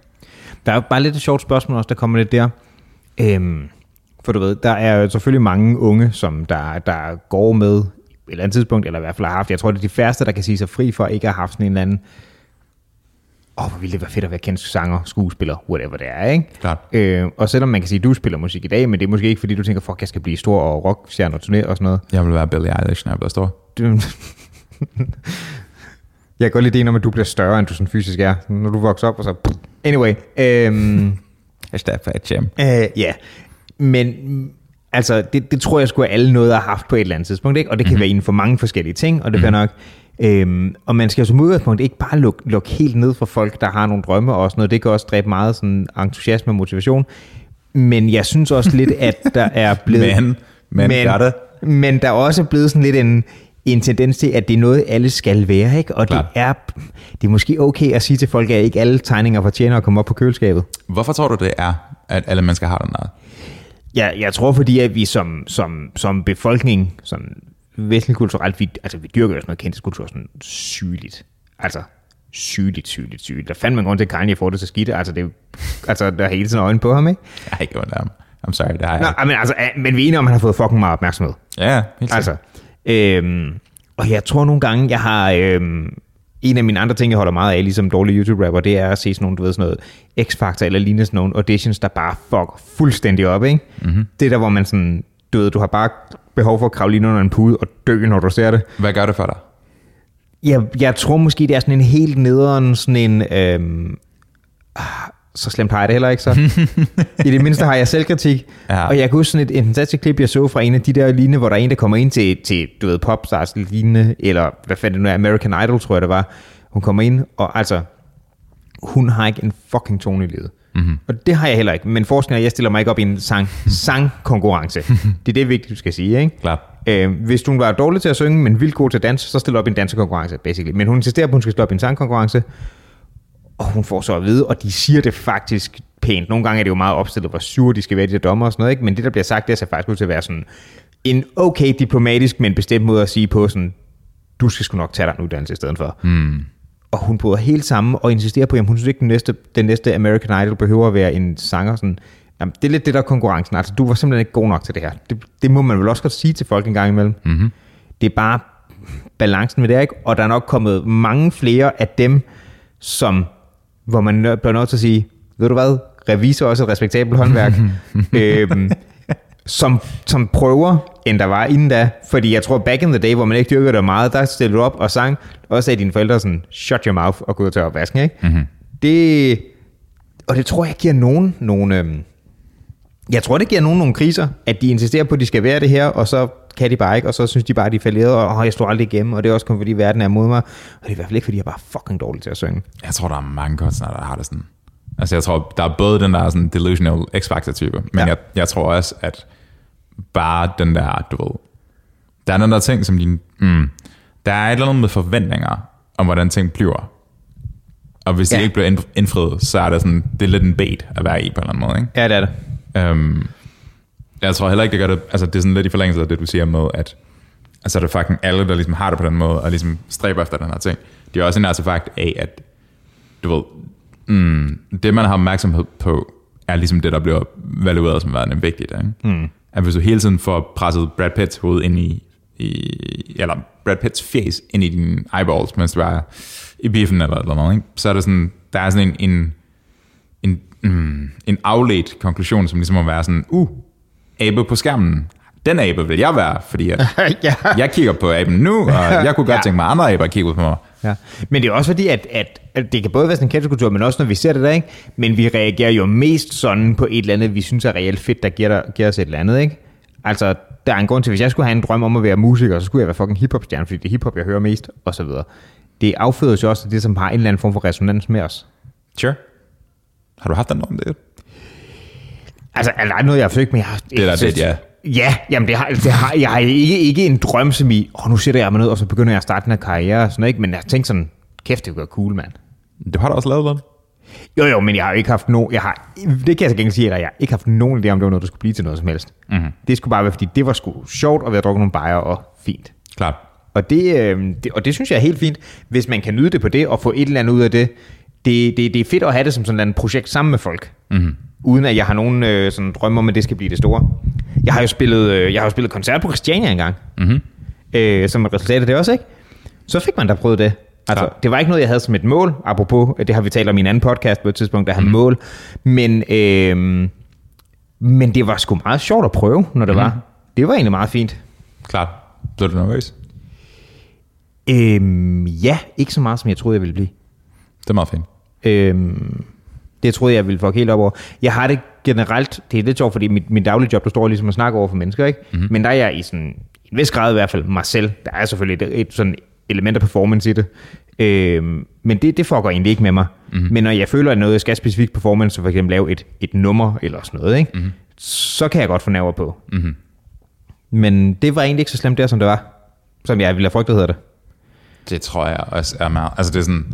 S2: Der er jo bare lidt et sjovt spørgsmål også, der kommer lidt der. Øhm, for du ved, der er jo selvfølgelig mange unge, som der, der går med på et eller andet tidspunkt, eller i hvert fald har haft. Jeg tror, det er de færreste, der kan sige sig fri for ikke at have haft sådan en eller anden åh, oh, hvor ville det være fedt at være kendt sanger, skuespiller, whatever det er, ikke?
S1: Klart.
S2: Øh, og selvom man kan sige, at du spiller musik i dag, men det er måske ikke, fordi du tænker, fuck, jeg skal blive stor og rockstjerne og turné og sådan noget.
S1: Jeg vil være Billie Eilish, når jeg bliver stor.
S2: Det- jeg kan godt lide ideen om, at du bliver større, end du sådan fysisk er. Når du vokser op, og så... Anyway. Øhm,
S1: Hashtag fat jam.
S2: Øh, ja, men mm, altså, det, det tror jeg sgu, at alle noget har haft på et eller andet tidspunkt, ikke? og
S1: Mhm.
S2: det kan mm-hmm. være inden for mange forskellige ting, og det er mm-hmm. nok. Øhm, og man skal jo som udgangspunkt ikke bare lukke luk helt ned for folk, der har nogle drømme og sådan noget. Det kan også dræbe meget sådan, entusiasme og motivation. Men jeg synes også lidt, at der er blevet...
S1: Men, men, men gør det.
S2: Men der er også blevet sådan lidt en, en tendens til, at det er noget, alle skal være, ikke? Og
S1: Klart.
S2: det er, det er måske okay at sige til folk, at ikke alle tegninger fortjener at komme op på køleskabet.
S1: Hvorfor tror du, det er, at alle mennesker har den der?
S2: Ja, jeg tror fordi, at vi som, som, som befolkning, som vestlig kulturelt, vi, altså vi dyrker jo sådan noget kendte kultur sådan sygeligt. Altså sygeligt, sygeligt, sygeligt. Der fandt man grund til, at Kanye får det så skidt. Altså, det, altså der er hele tiden øjne på ham, ikke?
S1: Jeg har ikke ondt af ham. I'm sorry, det har jeg
S2: Nå,
S1: ikke.
S2: men, altså, ah, men vi er enige om, at han har fået fucking meget opmærksomhed.
S1: Ja, helt sikkert.
S2: Altså, øhm, og jeg tror nogle gange, jeg har... Øhm, en af mine andre ting, jeg holder meget af, ligesom dårlige YouTube-rapper, det er at se sådan nogle, du ved, sådan noget X-Factor eller lignende sådan nogle auditions, der bare fuck fuldstændig op, ikke?
S1: Mhm.
S2: Mm-hmm. Det er der, hvor man sådan, du ved, du har bare behov for at kravle ind under en pude og dø, når du ser det.
S1: Hvad gør det for dig?
S2: Jeg, jeg tror måske, det er sådan en helt nederen, sådan en... Øhm, ah, så slemt har jeg det heller ikke så. I det mindste har jeg selvkritik.
S1: Ja.
S2: Ja. Og jeg kan huske sådan et, et fantastisk klip, jeg så fra en af de der lignende, hvor der er en, der kommer ind til, til du ved, popstars eller lignende, eller hvad fanden det nu er, American Idol, tror jeg det var. Hun kommer ind, og altså, hun har ikke en fucking tone i livet. Mm-hmm. Og det har jeg heller ikke. Men forskningen er, at jeg stiller mig ikke op i en sang, sangkonkurrence. det er det vigtigt, du skal sige, ikke?
S1: Klart.
S2: Øh, hvis hun var dårlig til at synge, men vildt god til at danse, så stiller op i en dansekonkurrence, basically. Men hun insisterer på, at hun skal stille op i en sangkonkurrence, og hun får så at vide, og de siger det faktisk pænt. Nogle gange er det jo meget opstillet, hvor sure de skal være, de der dommer og sådan noget, ikke? men det, der bliver sagt, det ser faktisk ud til at være sådan en okay diplomatisk, men bestemt måde at sige på sådan, du skal sgu nok tage dig en uddannelse i stedet for. Mm. Og hun bryder helt sammen og insisterer på, at hun synes ikke, den næste, den næste American Idol behøver at være en sanger. Sådan, jamen, det er lidt det, der er konkurrencen. Altså, du var simpelthen ikke god nok til det her. Det, det må man vel også godt sige til folk en gang imellem. Mm-hmm. Det er bare balancen ved det, ikke? Og der er nok kommet mange flere af dem, som, hvor man nø- bliver nødt til at sige, ved du hvad, revisor er også et respektabelt håndværk. øhm, som, som prøver, end der var inden da. Fordi jeg tror, back in the day, hvor man ikke dyrkede det meget, der stillede du op og sang. Og sagde dine forældre sådan, shut your mouth, og gå ud og tage opvasken, ikke? Mm-hmm. Det, og det tror jeg giver nogen nogle... Øhm, jeg tror, det giver nogen nogle kriser, at de insisterer på, at de skal være det her, og så kan de bare ikke, og så synes de bare, at de er falderet, og åh, jeg står aldrig igennem, og det er også kun fordi verden er mod mig, og det er i hvert fald ikke, fordi jeg er bare fucking dårlig til at synge.
S1: Jeg tror, der er mange kunstnere, der har det sådan. Altså jeg tror, der er både den der sådan delusional X-Factor-type, men
S2: Ja.
S1: ja. jeg, jeg tror også, at bare den der, du ved, der er den der ting, som din, mm, der er et eller andet med forventninger om, hvordan ting bliver. Og hvis ja.
S2: Ja.
S1: de ikke bliver ind- indfriet, så er det sådan, det er lidt en bait at være i på en eller anden måde, ikke?
S2: Ja, det er det.
S1: Øhm, jeg tror heller ikke, det gør det, altså det er sådan lidt i forlængelse af det, du siger med, at altså, det er fucking alle, der ligesom har det på den måde, og ligesom stræber efter den her ting. Det er også en artefakt af, at du ved, mm, det man har opmærksomhed på, er ligesom det, der bliver valueret som værende vigtigt. Ikke? Mm. At hvis du hele tiden får presset Brad Pitts hoved ind i, i eller Brad Pitts fjes ind i dine eyeballs, mens du er i biffen eller et eller andet, ikke? så er der sådan, der er sådan en, en en, mm, en afledt konklusion, som ligesom at være sådan, uh, abe på skærmen. Den abe vil jeg være, fordi at
S2: ja.
S1: jeg kigger på aben nu, og jeg kunne godt
S2: Ja.
S1: ja. tænke mig, at andre aber kiggede på mig.
S2: Ja. Men det er også fordi, at, at, at det kan både være sådan en cancelkultur, men også når vi ser det der, ikke? Men vi reagerer jo mest sådan på et eller andet, vi synes er reelt fedt, der giver, der, giver os et eller andet, ikke? Altså, der er en grund til, hvis jeg skulle have en drøm om at være musiker, så skulle jeg være fucking hiphopstjerne, fordi det er hiphop, jeg hører mest, og så videre. Det affødes jo også af det, som har en eller anden form for resonans med os.
S1: Sure. Har du haft den om det?
S2: Altså, er der noget, jeg har forsøgt, men jeg har...
S1: Det er der lidt, ja.
S2: Ja, jamen det har, det har, jeg har ikke, ikke en drøm som i, åh, oh, nu sætter jeg mig ned, og så begynder jeg at starte en karriere og sådan noget, ikke? Men jeg tænkte sådan, kæft, det kunne være cool, mand.
S1: Du har da også lavet den.
S2: Jo, jo, men jeg har jo ikke haft nogen... Jeg har, det kan jeg så gengæld sige, at jeg har ikke haft nogen idé om, det var noget, der skulle blive til noget som helst. Mm-hmm. Det skulle bare være, fordi det var sgu sjovt, og vi havde drukket nogle bajer, og fint.
S1: Klart.
S2: Og det, øh, det, og det synes jeg er helt fint, hvis man kan nyde det på det, og få et eller andet ud af det. Det, det, det er fedt at have det som sådan et projekt sammen med folk. Mm-hmm. Uden at jeg har nogen øh, sådan drømme om, at det skal blive det store. Jeg har jo spillet, øh, jeg har jo spillet koncert på Christiania engang. Mm-hmm.
S1: Mhm.
S2: Øh, som et resultat af det også, ikke? Så fik man da prøvet det. Altså,
S1: Ja.
S2: det var ikke noget, jeg havde som et mål. Apropos, øh, det har vi talt om i en anden podcast på et tidspunkt, der har mm-hmm. mål. Men, øh, men det var sgu meget sjovt at prøve, når det mm-hmm. var. Det var egentlig meget fint.
S1: Klart. Blev du nervøs?
S2: Øhm, ja, ikke så meget, som jeg troede, jeg ville blive.
S1: Det er meget fint.
S2: Øhm, det troede jeg ville fuck helt op over. Jeg har det generelt, det er lidt sjovt, fordi mit, mit daglige job består ligesom at snakke over for mennesker, ikke? Mm-hmm. Men der er jeg i sådan, i en vis grad i hvert fald, mig selv, der er selvfølgelig et, et sådan element af performance i det. Øhm, men det, det fucker egentlig ikke med mig. Mm-hmm. Men når jeg føler, at noget skal specifikt performance, så for eksempel lave et, et nummer eller sådan noget, ikke? Mm-hmm. så kan jeg godt få nerver på. Mm-hmm. Men det var egentlig ikke så slemt der, som det var. Som jeg ville have frygtet, hedder det.
S1: Det tror jeg også er meget... Altså det er sådan...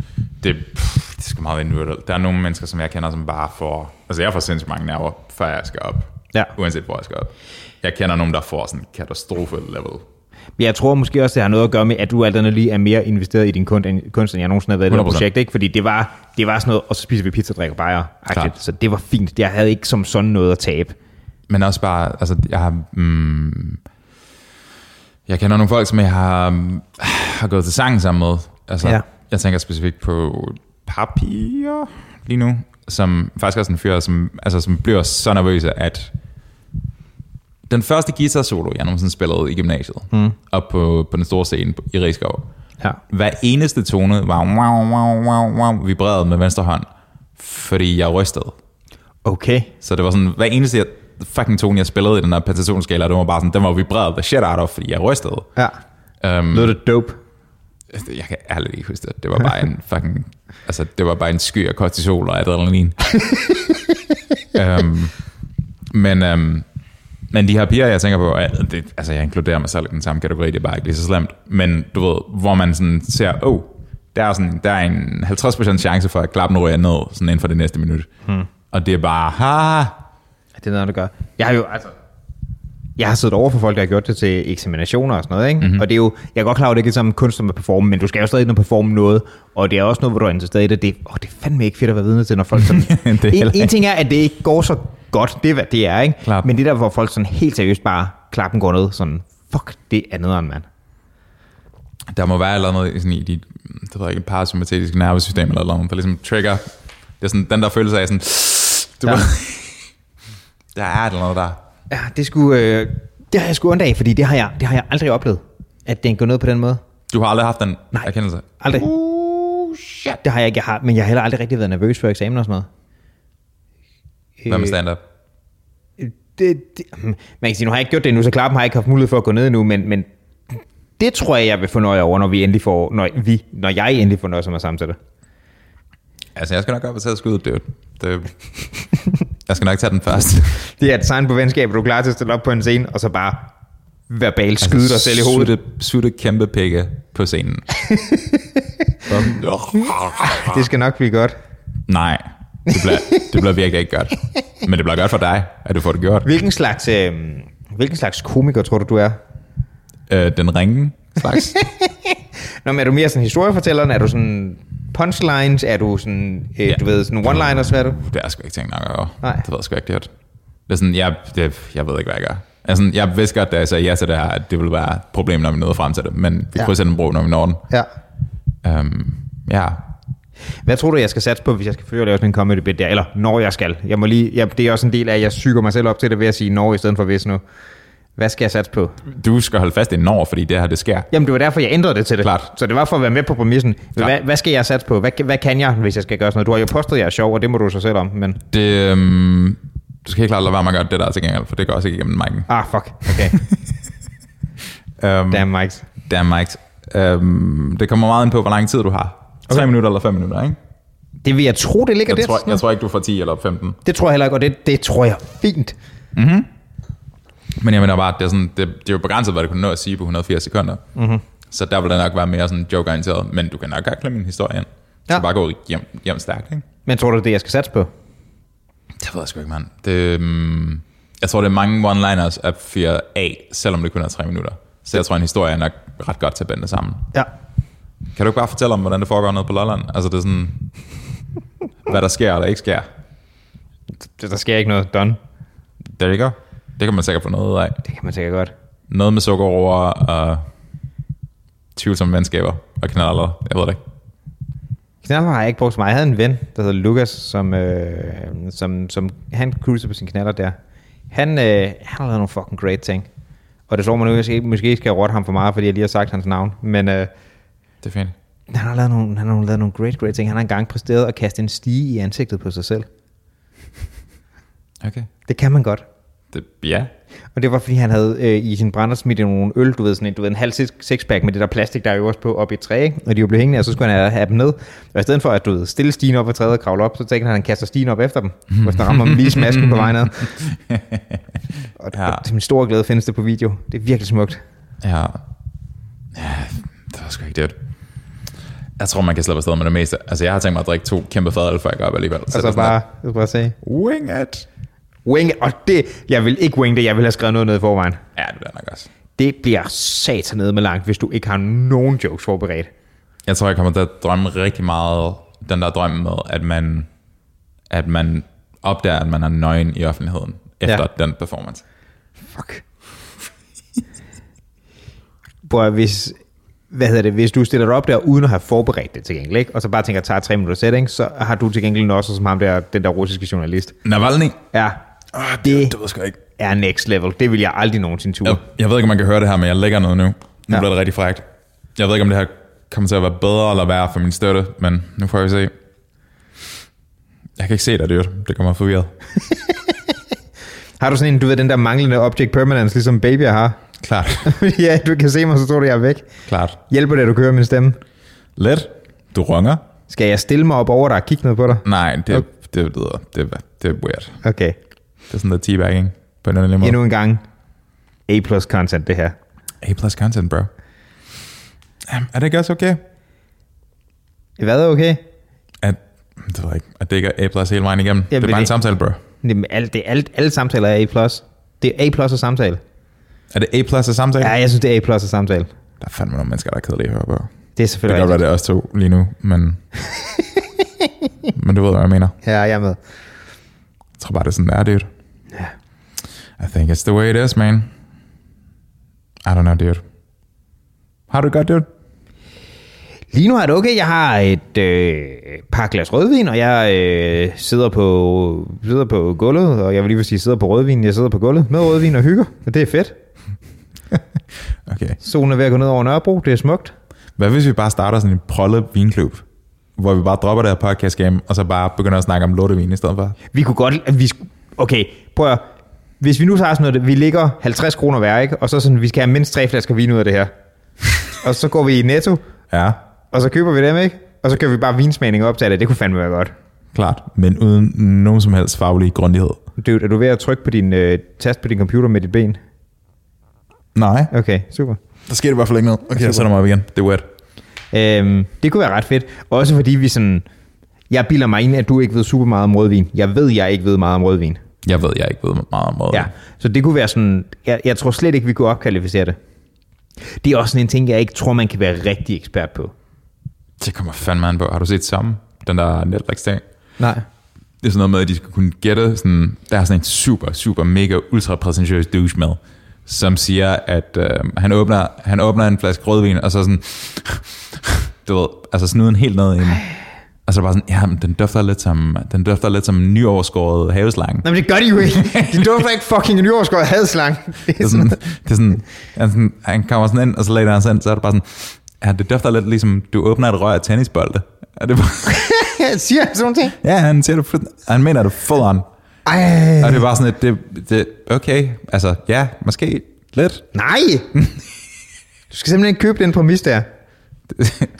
S1: Det, pff, det er sgu meget individuelt. Der er nogle mennesker, som jeg kender, som bare får... Altså jeg får sindssygt mange nerver, før jeg skal op.
S2: Ja.
S1: Uanset hvor jeg skal op. Jeg kender nogen, der får sådan katastrofe-level.
S2: Men jeg tror måske også, det har noget at gøre med, at du alt andet lige er mere investeret i din kunst, end, kunst, end jeg nogensinde har været i det her
S1: 100%.
S2: projekt. Ikke? Fordi det var, det var sådan noget, og så spiser vi pizza og drikker bajer.
S1: Klart.
S2: Så det var fint. Jeg havde ikke som sådan noget at tabe.
S1: Men også bare, altså jeg har... Mm, jeg kender nogle folk, som jeg har, mm, har gået til sang sammen med. Altså,
S2: Ja.
S1: ja. jeg tænker specifikt på papirer lige nu, som faktisk også er en fyr, som, altså, som bliver så nervøs, at den første guitar solo, jeg nogensinde spillede i gymnasiet, mm. op på, på den store scene på- i Rigskov,
S2: Ja.
S1: hver eneste tone var wow, wow, wow, wow, vibreret med venstre hånd, fordi jeg rystede.
S2: Okay.
S1: Så det var sådan, hver eneste jeg, fucking tone, jeg spillede i den her pentatonskala, det var bare sådan, den var vibreret the shit out of, fordi jeg rystede.
S2: Ja.
S1: Um,
S2: Noget det dope.
S1: jeg kan ærligt ikke huske det. Det var bare en fucking, altså det var bare en sky af kortisol og adrenalin. um, men, um, men de her piger, jeg tænker på, at det, altså jeg inkluderer mig selv i den samme kategori, det er bare ikke lige så slemt. Men du ved, hvor man sådan ser, åh, oh, der er, sådan, der er en 50% chance for, at klappen ryger ned sådan inden for det næste minut. Hmm. Og det er bare, ha,
S2: Det er noget, der gør. Jeg har jo, altså, jeg har siddet over for folk, der har gjort det til eksaminationer og sådan noget, ikke? Mm-hmm.
S1: Mhm.
S2: Og det er jo, jeg er godt klar over, at det ikke er sammen kunst som at performe, men du skal jo stadig ind og performe noget, og det er også noget, hvor du er interesseret i det. Det, er- åh, det er fandme ikke fedt at være vidne til, når folk sådan...
S1: Det er
S2: en,
S1: heller
S2: en,
S1: ikke.
S2: ting er, at det ikke går så godt, det er, hvad det er, ikke?
S1: Klart.
S2: Men det der, hvor folk sådan helt seriøst bare klappen går ned, sådan, fuck, det er nederen, mand.
S1: der må være et eller andet i sådan i dit, det ved jeg ikke, parasympatetiske nervesystem eller noget, der ligesom trigger, det er sådan den der følelse af sådan, du
S2: Ja.
S1: ja. der er et eller andet der.
S2: Ja, det skulle, øh, det har jeg sgu ondt af, fordi det har jeg, det har jeg aldrig oplevet, at den går ned på den måde.
S1: Du har aldrig haft den
S2: Nej.
S1: erkendelse?
S2: Aldrig.
S1: Uh, shit.
S2: Det har jeg ikke, jeg har, men jeg har heller aldrig rigtig været nervøs for eksamen og sådan noget.
S1: Hvad med
S2: Øh,
S1: stand-up?
S2: det, det, man kan sige, nu har jeg ikke gjort det endnu, så klappen har jeg ikke haft mulighed for at gå ned endnu, men, men det tror jeg, jeg vil fornøje over, når vi endelig får, når, vi, når jeg endelig fornøjer mig sammen til det.
S1: Altså, jeg skal nok op og tage skuddet, dude. Det, jeg skal nok tage den første.
S2: Det er et tegn på venskab, at du er klar til at stille op på en scene, og så bare verbalt skyde
S1: Altså,
S2: dig selv i hovedet.
S1: Sutte, sutte kæmpe pikke på scenen.
S2: Det skal nok blive godt.
S1: Nej, det bliver, det bliver virkelig ikke godt. Men det bliver godt for dig, at du får det gjort.
S2: Hvilken slags, øh, hvilken slags komiker tror du, du er?
S1: Øh, den ringen slags.
S2: Nå, men er du mere sådan historiefortælleren? Er du sådan punchlines? Er du sådan, øh,
S1: Ja.
S2: ja. du ved, sådan one-liners? Hvad er du?
S1: Det har jeg sgu ikke tænkt nok over.
S2: Nej.
S1: Det ved jeg sgu ikke, det er. Det er sådan, jeg, det, jeg ved ikke, hvad jeg gør. Altså, jeg vidste godt, da jeg sagde ja til det her, at det ville være et problem, når vi nåede frem til det. Men vi ja.
S2: Ja.
S1: krydser den bro, når vi når den.
S2: Ja.
S1: Um, ja.
S2: Hvad tror du, jeg skal satse på, hvis jeg skal følge og lave sådan en comedy bit der? Eller når jeg skal? Jeg må lige, jeg, det er også en del af, at jeg syger mig selv op til det ved at sige når i stedet for hvis nu. Hvad skal jeg satse på?
S1: Du skal holde fast i en når, fordi det her, det sker.
S2: Jamen, det var derfor, jeg ændrede det til det.
S1: Klart.
S2: Så det var for at være med på præmissen. Hvad, hvad skal jeg satse på? Hvad, hvad kan jeg, hvis jeg skal gøre sådan noget? Du har jo påstået, at jeg er sjov, og det må du så selv om, men...
S1: Det, um, du skal helt klart lade være med at gøre det der til gengæld, for det går også ikke igennem mic'en.
S2: Ah, fuck. Okay.
S1: Um,
S2: Damn, Mike.
S1: Damn, Mike. Um, det kommer meget ind på, hvor lang tid du har. 3 minutter eller 5 minutter, ikke?
S2: Det vil jeg tro, det ligger
S1: Jeg
S2: det.
S1: tror, jeg tror ikke, du får 10 eller 15.
S2: Det tror jeg heller ikke, og det, det tror jeg fint.
S1: Men jeg mener bare, det er, sådan, det, det er jo begrænset, hvad du kunne nå at sige på 180 sekunder. Mm-hmm. Så der vil det nok være mere sådan joke-orienteret, men du kan nok godt klemme en historie ind. Ja.
S2: Ja.
S1: Så bare gå hjem, hjem stærkt, ikke?
S2: Men tror du, det er det, jeg skal satse på?
S1: Det ved jeg sgu ikke, mand. Det, um, jeg tror, det er mange one-liners af 4A, selvom det kun er 3 minutter. Så jeg tror, en historie er nok ret godt til at binde sammen.
S2: Ja.
S1: Kan du ikke bare fortælle om, hvordan det foregår nede på Lolland? Altså, det er sådan, hvad der sker eller ikke sker.
S2: Der sker ikke noget. Done.
S1: Det er ikke? Det kan man sikkert få noget ud af.
S2: Det kan man sikkert godt.
S1: Noget med sukker over og tvivlsomme venskaber og knaller. Jeg ved det ikke.
S2: Knaller har jeg ikke brugt så meget. Jeg havde en ven, der hedder Lukas, som, øh, som, som han cruiser på sin knaller der. Han, øh, han har lavet nogle fucking great ting. Og det slår mig nu, jeg skal, måske skal jeg rotte ham for meget, fordi jeg lige har sagt hans navn. Men øh,
S1: Det er fint.
S2: han, har lavet nogle, han har lavet nogle great, great ting. Han har engang præsteret at kaste en stige i ansigtet på sig selv.
S1: Okay.
S2: Det kan man godt.
S1: Det, ja.
S2: Og det var, fordi han havde øh, i sin brænder smidt nogle øl, du ved, sådan en, du ved, en halv six- sixpack med det der plastik, der er øverst på, op i et træ, ikke? og de var blevet hængende, og så skulle han have- have dem ned. Og i stedet for at, du ved, stille stigen op på træet og kravle op, så tænkte han, at han kaster stigen op efter dem, efter rammer dem lige i smasken på vejen ned. Og,
S1: Ja.
S2: ja. og, til min store glæde findes det på video. Det er virkelig smukt.
S1: Ja. ja det var sgu ikke det. Jeg tror, man kan slippe afsted med det meste. Altså, jeg har tænkt mig at drikke to kæmpe fadøl, før jeg går op alligevel. Så
S2: Og
S1: det er
S2: så
S1: sådan
S2: Altså, bare, jeg skal bare sige,
S1: lidt, Altså, Wing it.
S2: wing, og det, jeg vil ikke wing det, jeg vil have skrevet noget ned i forvejen.
S1: Ja, det er nok også.
S2: Det bliver satanede med langt, hvis du ikke har nogen jokes forberedt.
S1: Jeg tror, jeg kommer til at drømme rigtig meget den der drøm med, at man, at man opdager, at man er nøgen i offentligheden efter ja. den performance.
S2: Fuck. Bror, hvis, hvad hedder det, hvis du stiller dig op der, uden at have forberedt det til gengæld, ikke? og så bare tænker, at tager tre minutter sætning, så har du til gengæld en også som ham der, den der russiske journalist.
S1: Navalny?
S2: Ja, det
S1: ved jeg ikke.
S2: er next level. Det vil jeg aldrig nogensinde ture.
S1: Jeg, jeg ved ikke, om man kan høre det her, men jeg lægger noget nu. Nu ja.
S2: Ja.
S1: bliver det rigtig frækt. Jeg ved ikke, om det her kommer til at være bedre eller værre for min støtte, men nu får vi se. Jeg kan ikke se dig, dyrt. Det kommer forvirret.
S2: Har du sådan en, du ved, den der manglende object permanence, ligesom baby jeg har?
S1: Klart.
S2: ja, du kan se mig, så tror du, jeg er væk.
S1: Klart.
S2: Hjælper det, at du kører min stemme?
S1: Let. Du runger.
S2: Skal jeg stille mig op over dig og kigge ned på dig?
S1: Nej, det, okay. det, det, det, det er weird.
S2: Okay,
S1: Det er sådan noget teabagging på en eller anden måde.
S2: endnu en gang. A-plus content, det her.
S1: A plus content, bro. Jamen, er det ikke også okay?
S2: Hvad er okay?
S1: At, det ved jeg ikke, at det ikke er A plus hele vejen igennem. det
S2: men
S1: er bare en
S2: det-
S1: samtale, bro.
S2: Jamen, alt, det, alt, alle samtaler er A+. Det er A+, og samtale.
S1: Er det A plus af samtale?
S2: Ja, jeg synes, det er A+, og samtale.
S1: Der er fandme nogle mennesker, der er kedelige at høre på.
S2: Det er
S1: Det
S2: selvfølgelig
S1: kan godt være, det er os to lige nu, men... men du ved, hvad jeg mener.
S2: rigtigt. Ja, jeg er med.
S1: Jeg tror bare, det er sådan, det er, dude.
S2: Ja.
S1: I think it's the way it is, man. I don't know, dude. Har du det godt, dude?
S2: Lige nu er det okay. Jeg har et øh, par glas rødvin, og jeg øh, sidder, på, sidder på gulvet, og jeg vil lige vil sige, sidder på rødvin. Jeg sidder på gulvet med rødvin og hygger, og det er fedt.
S1: Okay.
S2: Solen er ved at gå ned over Nørrebro, det er smukt.
S1: Hvad hvis vi bare starter sådan en prolle vinklub? Hvor vi bare dropper det her podcast game, og så bare begynder at snakke om lortevin i stedet for?
S2: Vi kunne godt... Vi, sk- okay, prøv at, Hvis vi nu tager sådan noget, vi ligger 50 kroner hver, ikke? og så sådan, vi skal have mindst tre flasker vin ud af det her. og så går vi i Netto,
S1: Ja,
S2: Og så køber vi dem, ikke? Og så kører vi bare vinsmagning op til det. Det kunne fandme være godt.
S1: klart, men uden nogen som helst faglig grundighed.
S2: Dude, er du ved at trykke på din øh, tast på din computer med dit ben?
S1: Nej,
S2: Okay, super.
S1: der sker det i hvert fald ikke noget. Okay, jeg sætter mig op igen. Det er wet.
S2: Øhm, det kunne være ret fedt. Også fordi vi sådan... Jeg bilder mig ind, at du ikke ved super meget om rødvin. Jeg ved, jeg ikke ved meget om rødvin.
S1: Jeg ved, jeg ikke ved meget om rødvin.
S2: Ja, så det kunne være sådan... Jeg, jeg tror slet ikke, vi kunne opkvalificere det. Det er også sådan en ting, jeg ikke tror, man kan være rigtig ekspert på.
S1: Det kommer fandme an på. Har du set sammen? Den der Netflix-ting?
S2: Nej.
S1: det er sådan noget med, at de skal kunne gætte, sådan, der er sådan en super, super, mega, ultra præsentøs douche med, som siger, at øh, han, åbner, han åbner en flaske rødvin, og så sådan, du ved, altså snuden helt ned i den. Og så er det bare sådan, ja, men den dufter lidt som, den dufter lidt som en nyoverskåret haveslange.
S2: Nej, men det gør de jo ikke. De dufter ikke fucking nyårskåret hadslang. Det
S1: Det
S2: er
S1: er sådan, det er sådan, han, sådan, han kommer sådan ind, og så lægger han sig ind, så er det bare sådan, ja, det dufter lidt ligesom, du åbner et rør af tennisbolde. Er det bare,
S2: sådan, siger han sådan ting.
S1: ja, han, siger, det fuldstændig- han mener det full on.
S2: Ej.
S1: Og det var sådan, at det, det, okay, altså ja, måske lidt.
S2: Nej! Du skal simpelthen ikke købe den præmis der.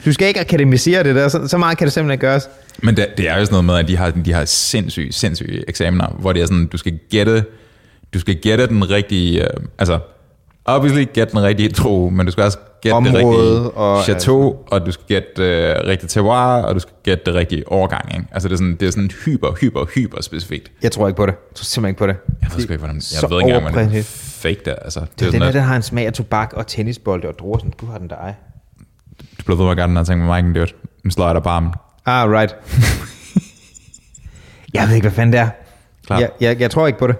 S2: Du skal ikke akademisere det der. Så, så meget kan det simpelthen ikke gøres.
S1: Men det, det er jo sådan noget med, at de har, de har sindssyge, sindssyge eksamener, hvor det er sådan, du skal gætte, du skal gætte den rigtige, øh, altså obviously gætte den rigtige tro, men du skal også gætte
S2: Område
S1: det rigtige
S2: og-
S1: chateau, og du skal gætte øh, rigtig terroir, og du skal gætte det rigtige årgang. Ikke? Altså det er sådan, det er sådan hyper, hyper, hyper specifikt.
S2: Jeg tror ikke på det. Jeg tror simpelthen ikke på det.
S1: Jeg ved sgu ikke, hvordan,
S2: Så
S1: jeg ved ikke engang, hvordan det er
S2: overpræsenteret.
S1: fake det er. Altså, det, det
S2: Det
S1: er
S2: er
S1: sådan,
S2: den der,
S1: at,
S2: der har en smag af tobak og tennisbolde og druer, som du har den der ej.
S1: du blev ved med at gøre den her ting med Mike'en, dude. Nu slår jeg dig bare om.
S2: Ah, right. jeg ved ikke, hvad fanden det er.
S1: Klart.
S2: Jeg, jeg, jeg, tror ikke på det.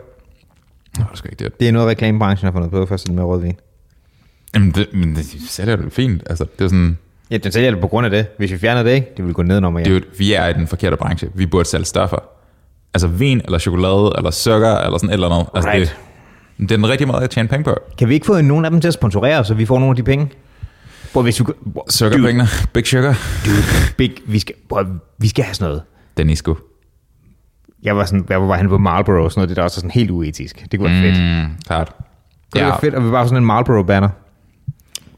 S1: Nå, det er sgu ikke det.
S2: Det er noget, reklamebranchen har fundet på, for sådan med rødvin.
S1: Jamen, det, men det sælger det fint. Altså, det er sådan,
S2: Ja, den sælger det på grund af det. Hvis vi fjerner det, ikke? Det vil gå nedenom og
S1: det er
S2: hjem.
S1: jo, et- vi er i den forkerte branche. Vi burde sælge stoffer. Altså vin, eller chokolade, eller sukker, eller sådan et eller andet. Altså,
S2: Right.
S1: det, det er den rigtige måde at tjene penge på.
S2: Kan vi ikke få nogen af dem til at sponsorere os, så vi får nogle af de penge? Bro, hvis du, bro,
S1: Sukkerpengene, big sugar.
S2: dude, big, vi, skal, bro, vi skal have sådan noget.
S1: Den er sgu.
S2: Jeg var sådan, hvad var han på Marlboro og sådan noget, det der også er sådan helt uetisk. Det kunne være mm. fedt.
S1: Mm, klart.
S2: Det kunne
S1: ja,
S2: være fedt, og vi var sådan en Marlboro-banner.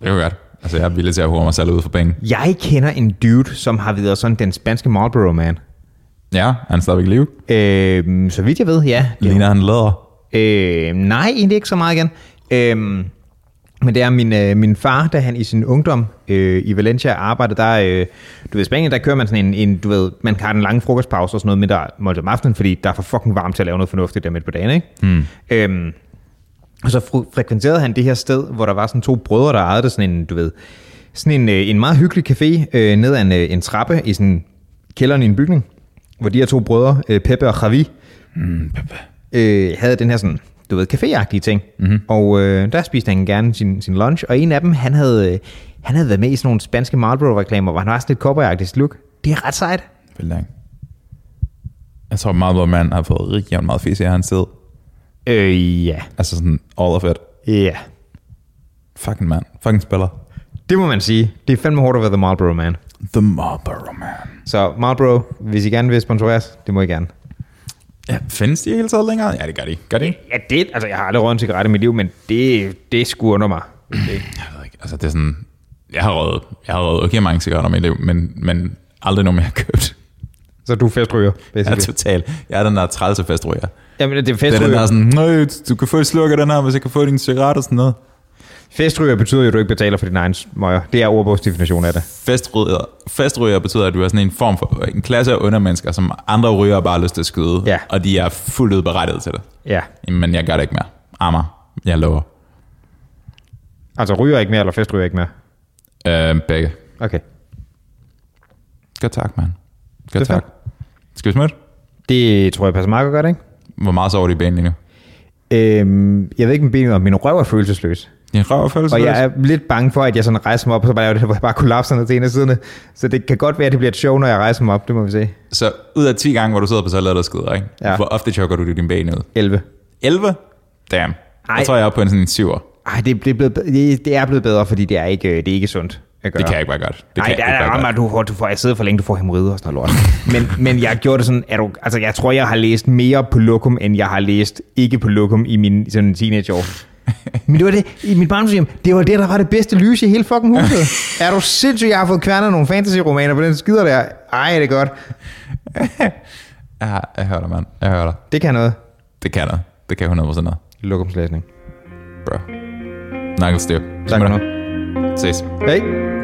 S1: det er jo godt. Altså, jeg er villig til at hurre mig selv ud for penge.
S2: Jeg kender en dude, som har været sådan den spanske Marlboro-man.
S1: Ja, han er stadigvæk i live.
S2: Øh, så vidt jeg ved, ja.
S1: Ligner han læder.
S2: Øh, nej, egentlig ikke så meget igen. Øh, men det er min, øh, min far, da han i sin ungdom øh, i Valencia arbejdede, der, øh, du ved, i Spanien, der kører man sådan en, en, du ved, man har en lang frokostpause og sådan noget, men der er måltid om aftenen, fordi der er for fucking varmt til at lave noget fornuftigt der midt på dagen, ikke? Mm. Øhm, og så fre- frekventerede han det her sted, hvor der var sådan to brødre, der ejede det, sådan en, du ved, sådan en, øh, en meget hyggelig café øh, ned ad en, øh, en trappe i sådan kælderen i en bygning, hvor de her to brødre, øh, Peppe og Javi,
S1: Mm,
S2: øh, havde den her sådan, du ved, caféagtige ting. Mm-hmm. Og øh, der spiste han gerne sin, sin lunch, og en af dem, han havde, øh, han havde været med i sådan nogle spanske Marlboro-reklamer, hvor han var sådan lidt cowboyagtig look. Det er ret sejt.
S1: Vildt langt. Jeg tror, meget hvor mand har fået rigtig meget fisk i hans tid.
S2: Øh, ja.
S1: Altså sådan all of it.
S2: Ja.
S1: Fucking mand. Fucking spiller.
S2: Det må man sige. Det er fandme hårdt at være The Marlboro Man.
S1: The Marlboro Man.
S2: Så Marlboro, hvis I gerne vil sponsoreres, det må I gerne.
S1: Ja, findes de i hele taget længere? Ja, det gør de. Gør de?
S2: Ja, det, altså jeg har aldrig røget en cigaret i mit liv, men det, det skurrer under mig. Det,
S1: Jeg ved ikke. Altså, det er sådan... Jeg har røget, jeg har røget okay mange cigaretter i mit liv, men, men aldrig nogen, jeg har købt.
S2: så du er festryger,
S1: Jeg er
S2: basically.
S1: total. Jeg er den der trælse festrøger.
S2: Altså, Jamen, det er
S1: Det er den der
S2: festryger.
S1: sådan, nej, du kan få et sluk af den her, hvis jeg kan få din cigaret og sådan noget.
S2: Festryger betyder jo, at du ikke betaler for din egen smøger. Det er ordbogsdefinitionen af det.
S1: Festryger, festryger betyder, at du er sådan en form for en klasse af undermennesker, som andre ryger bare har lyst til at skyde,
S2: Ja.
S1: og de er fuldt ud berettiget til det.
S2: Ja.
S1: Men jeg gør det ikke mere. Ammer. Jeg lover.
S2: Altså ryger ikke mere, eller festryger ikke mere?
S1: Øh, begge.
S2: Okay.
S1: Godt tak, mand. Godt
S2: Det er
S1: tak. Skal vi smutte?
S2: Det tror jeg passer meget godt, ikke?
S1: Hvor meget sover de i banen lige nu?
S2: Øhm, jeg ved ikke, om benet, min røv er følelsesløs.
S1: Din røv er følelsesløs.
S2: Og jeg er lidt bange for, at jeg sådan rejser mig op, og så bare laver det, hvor jeg bare kollapser ned til en af siderne. Så det kan godt være, at det bliver et show, når jeg rejser mig op. Det må vi se.
S1: Så ud af 10 gange, hvor du sidder på toilettet og skider, ikke?
S2: Ja.
S1: hvor ofte chokker du din ben ud?
S2: 11.
S1: 11? Damn. Ej.
S2: Ej.
S1: Jeg tror, jeg er oppe på en sådan en 7'er.
S2: Ej, det, det, er blevet, be- det, det er blevet bedre, fordi det er ikke, øh, det er ikke sundt at gøre.
S1: Det kan jeg ikke være godt. Det
S2: Det Ej,
S1: kan
S2: der
S1: jeg
S2: er
S1: ikke
S2: rammer,
S1: være
S2: du får, du får, jeg sidder for længe, du får hemorrider og sådan noget lort. men, men jeg gjorde det sådan, er du, altså jeg tror, jeg har læst mere på lokum, end jeg har læst ikke på lokum i min sådan teenageår. Men det var det, i mit barndomshjem, det var det, der var det bedste lys i hele fucking huset. er du sindssyg, jeg har fået kværnet nogle fantasy-romaner på den skider der? Ej, er det godt.
S1: Jeg, jeg hører dig, mand. Jeg hører dig.
S2: Det kan noget.
S1: Det kan jeg. Det kan jeg 100% noget.
S2: Lokumslæsning.
S1: Bro. Knuckles, dude.
S2: Tak for nu.
S1: Ses.
S2: Hej.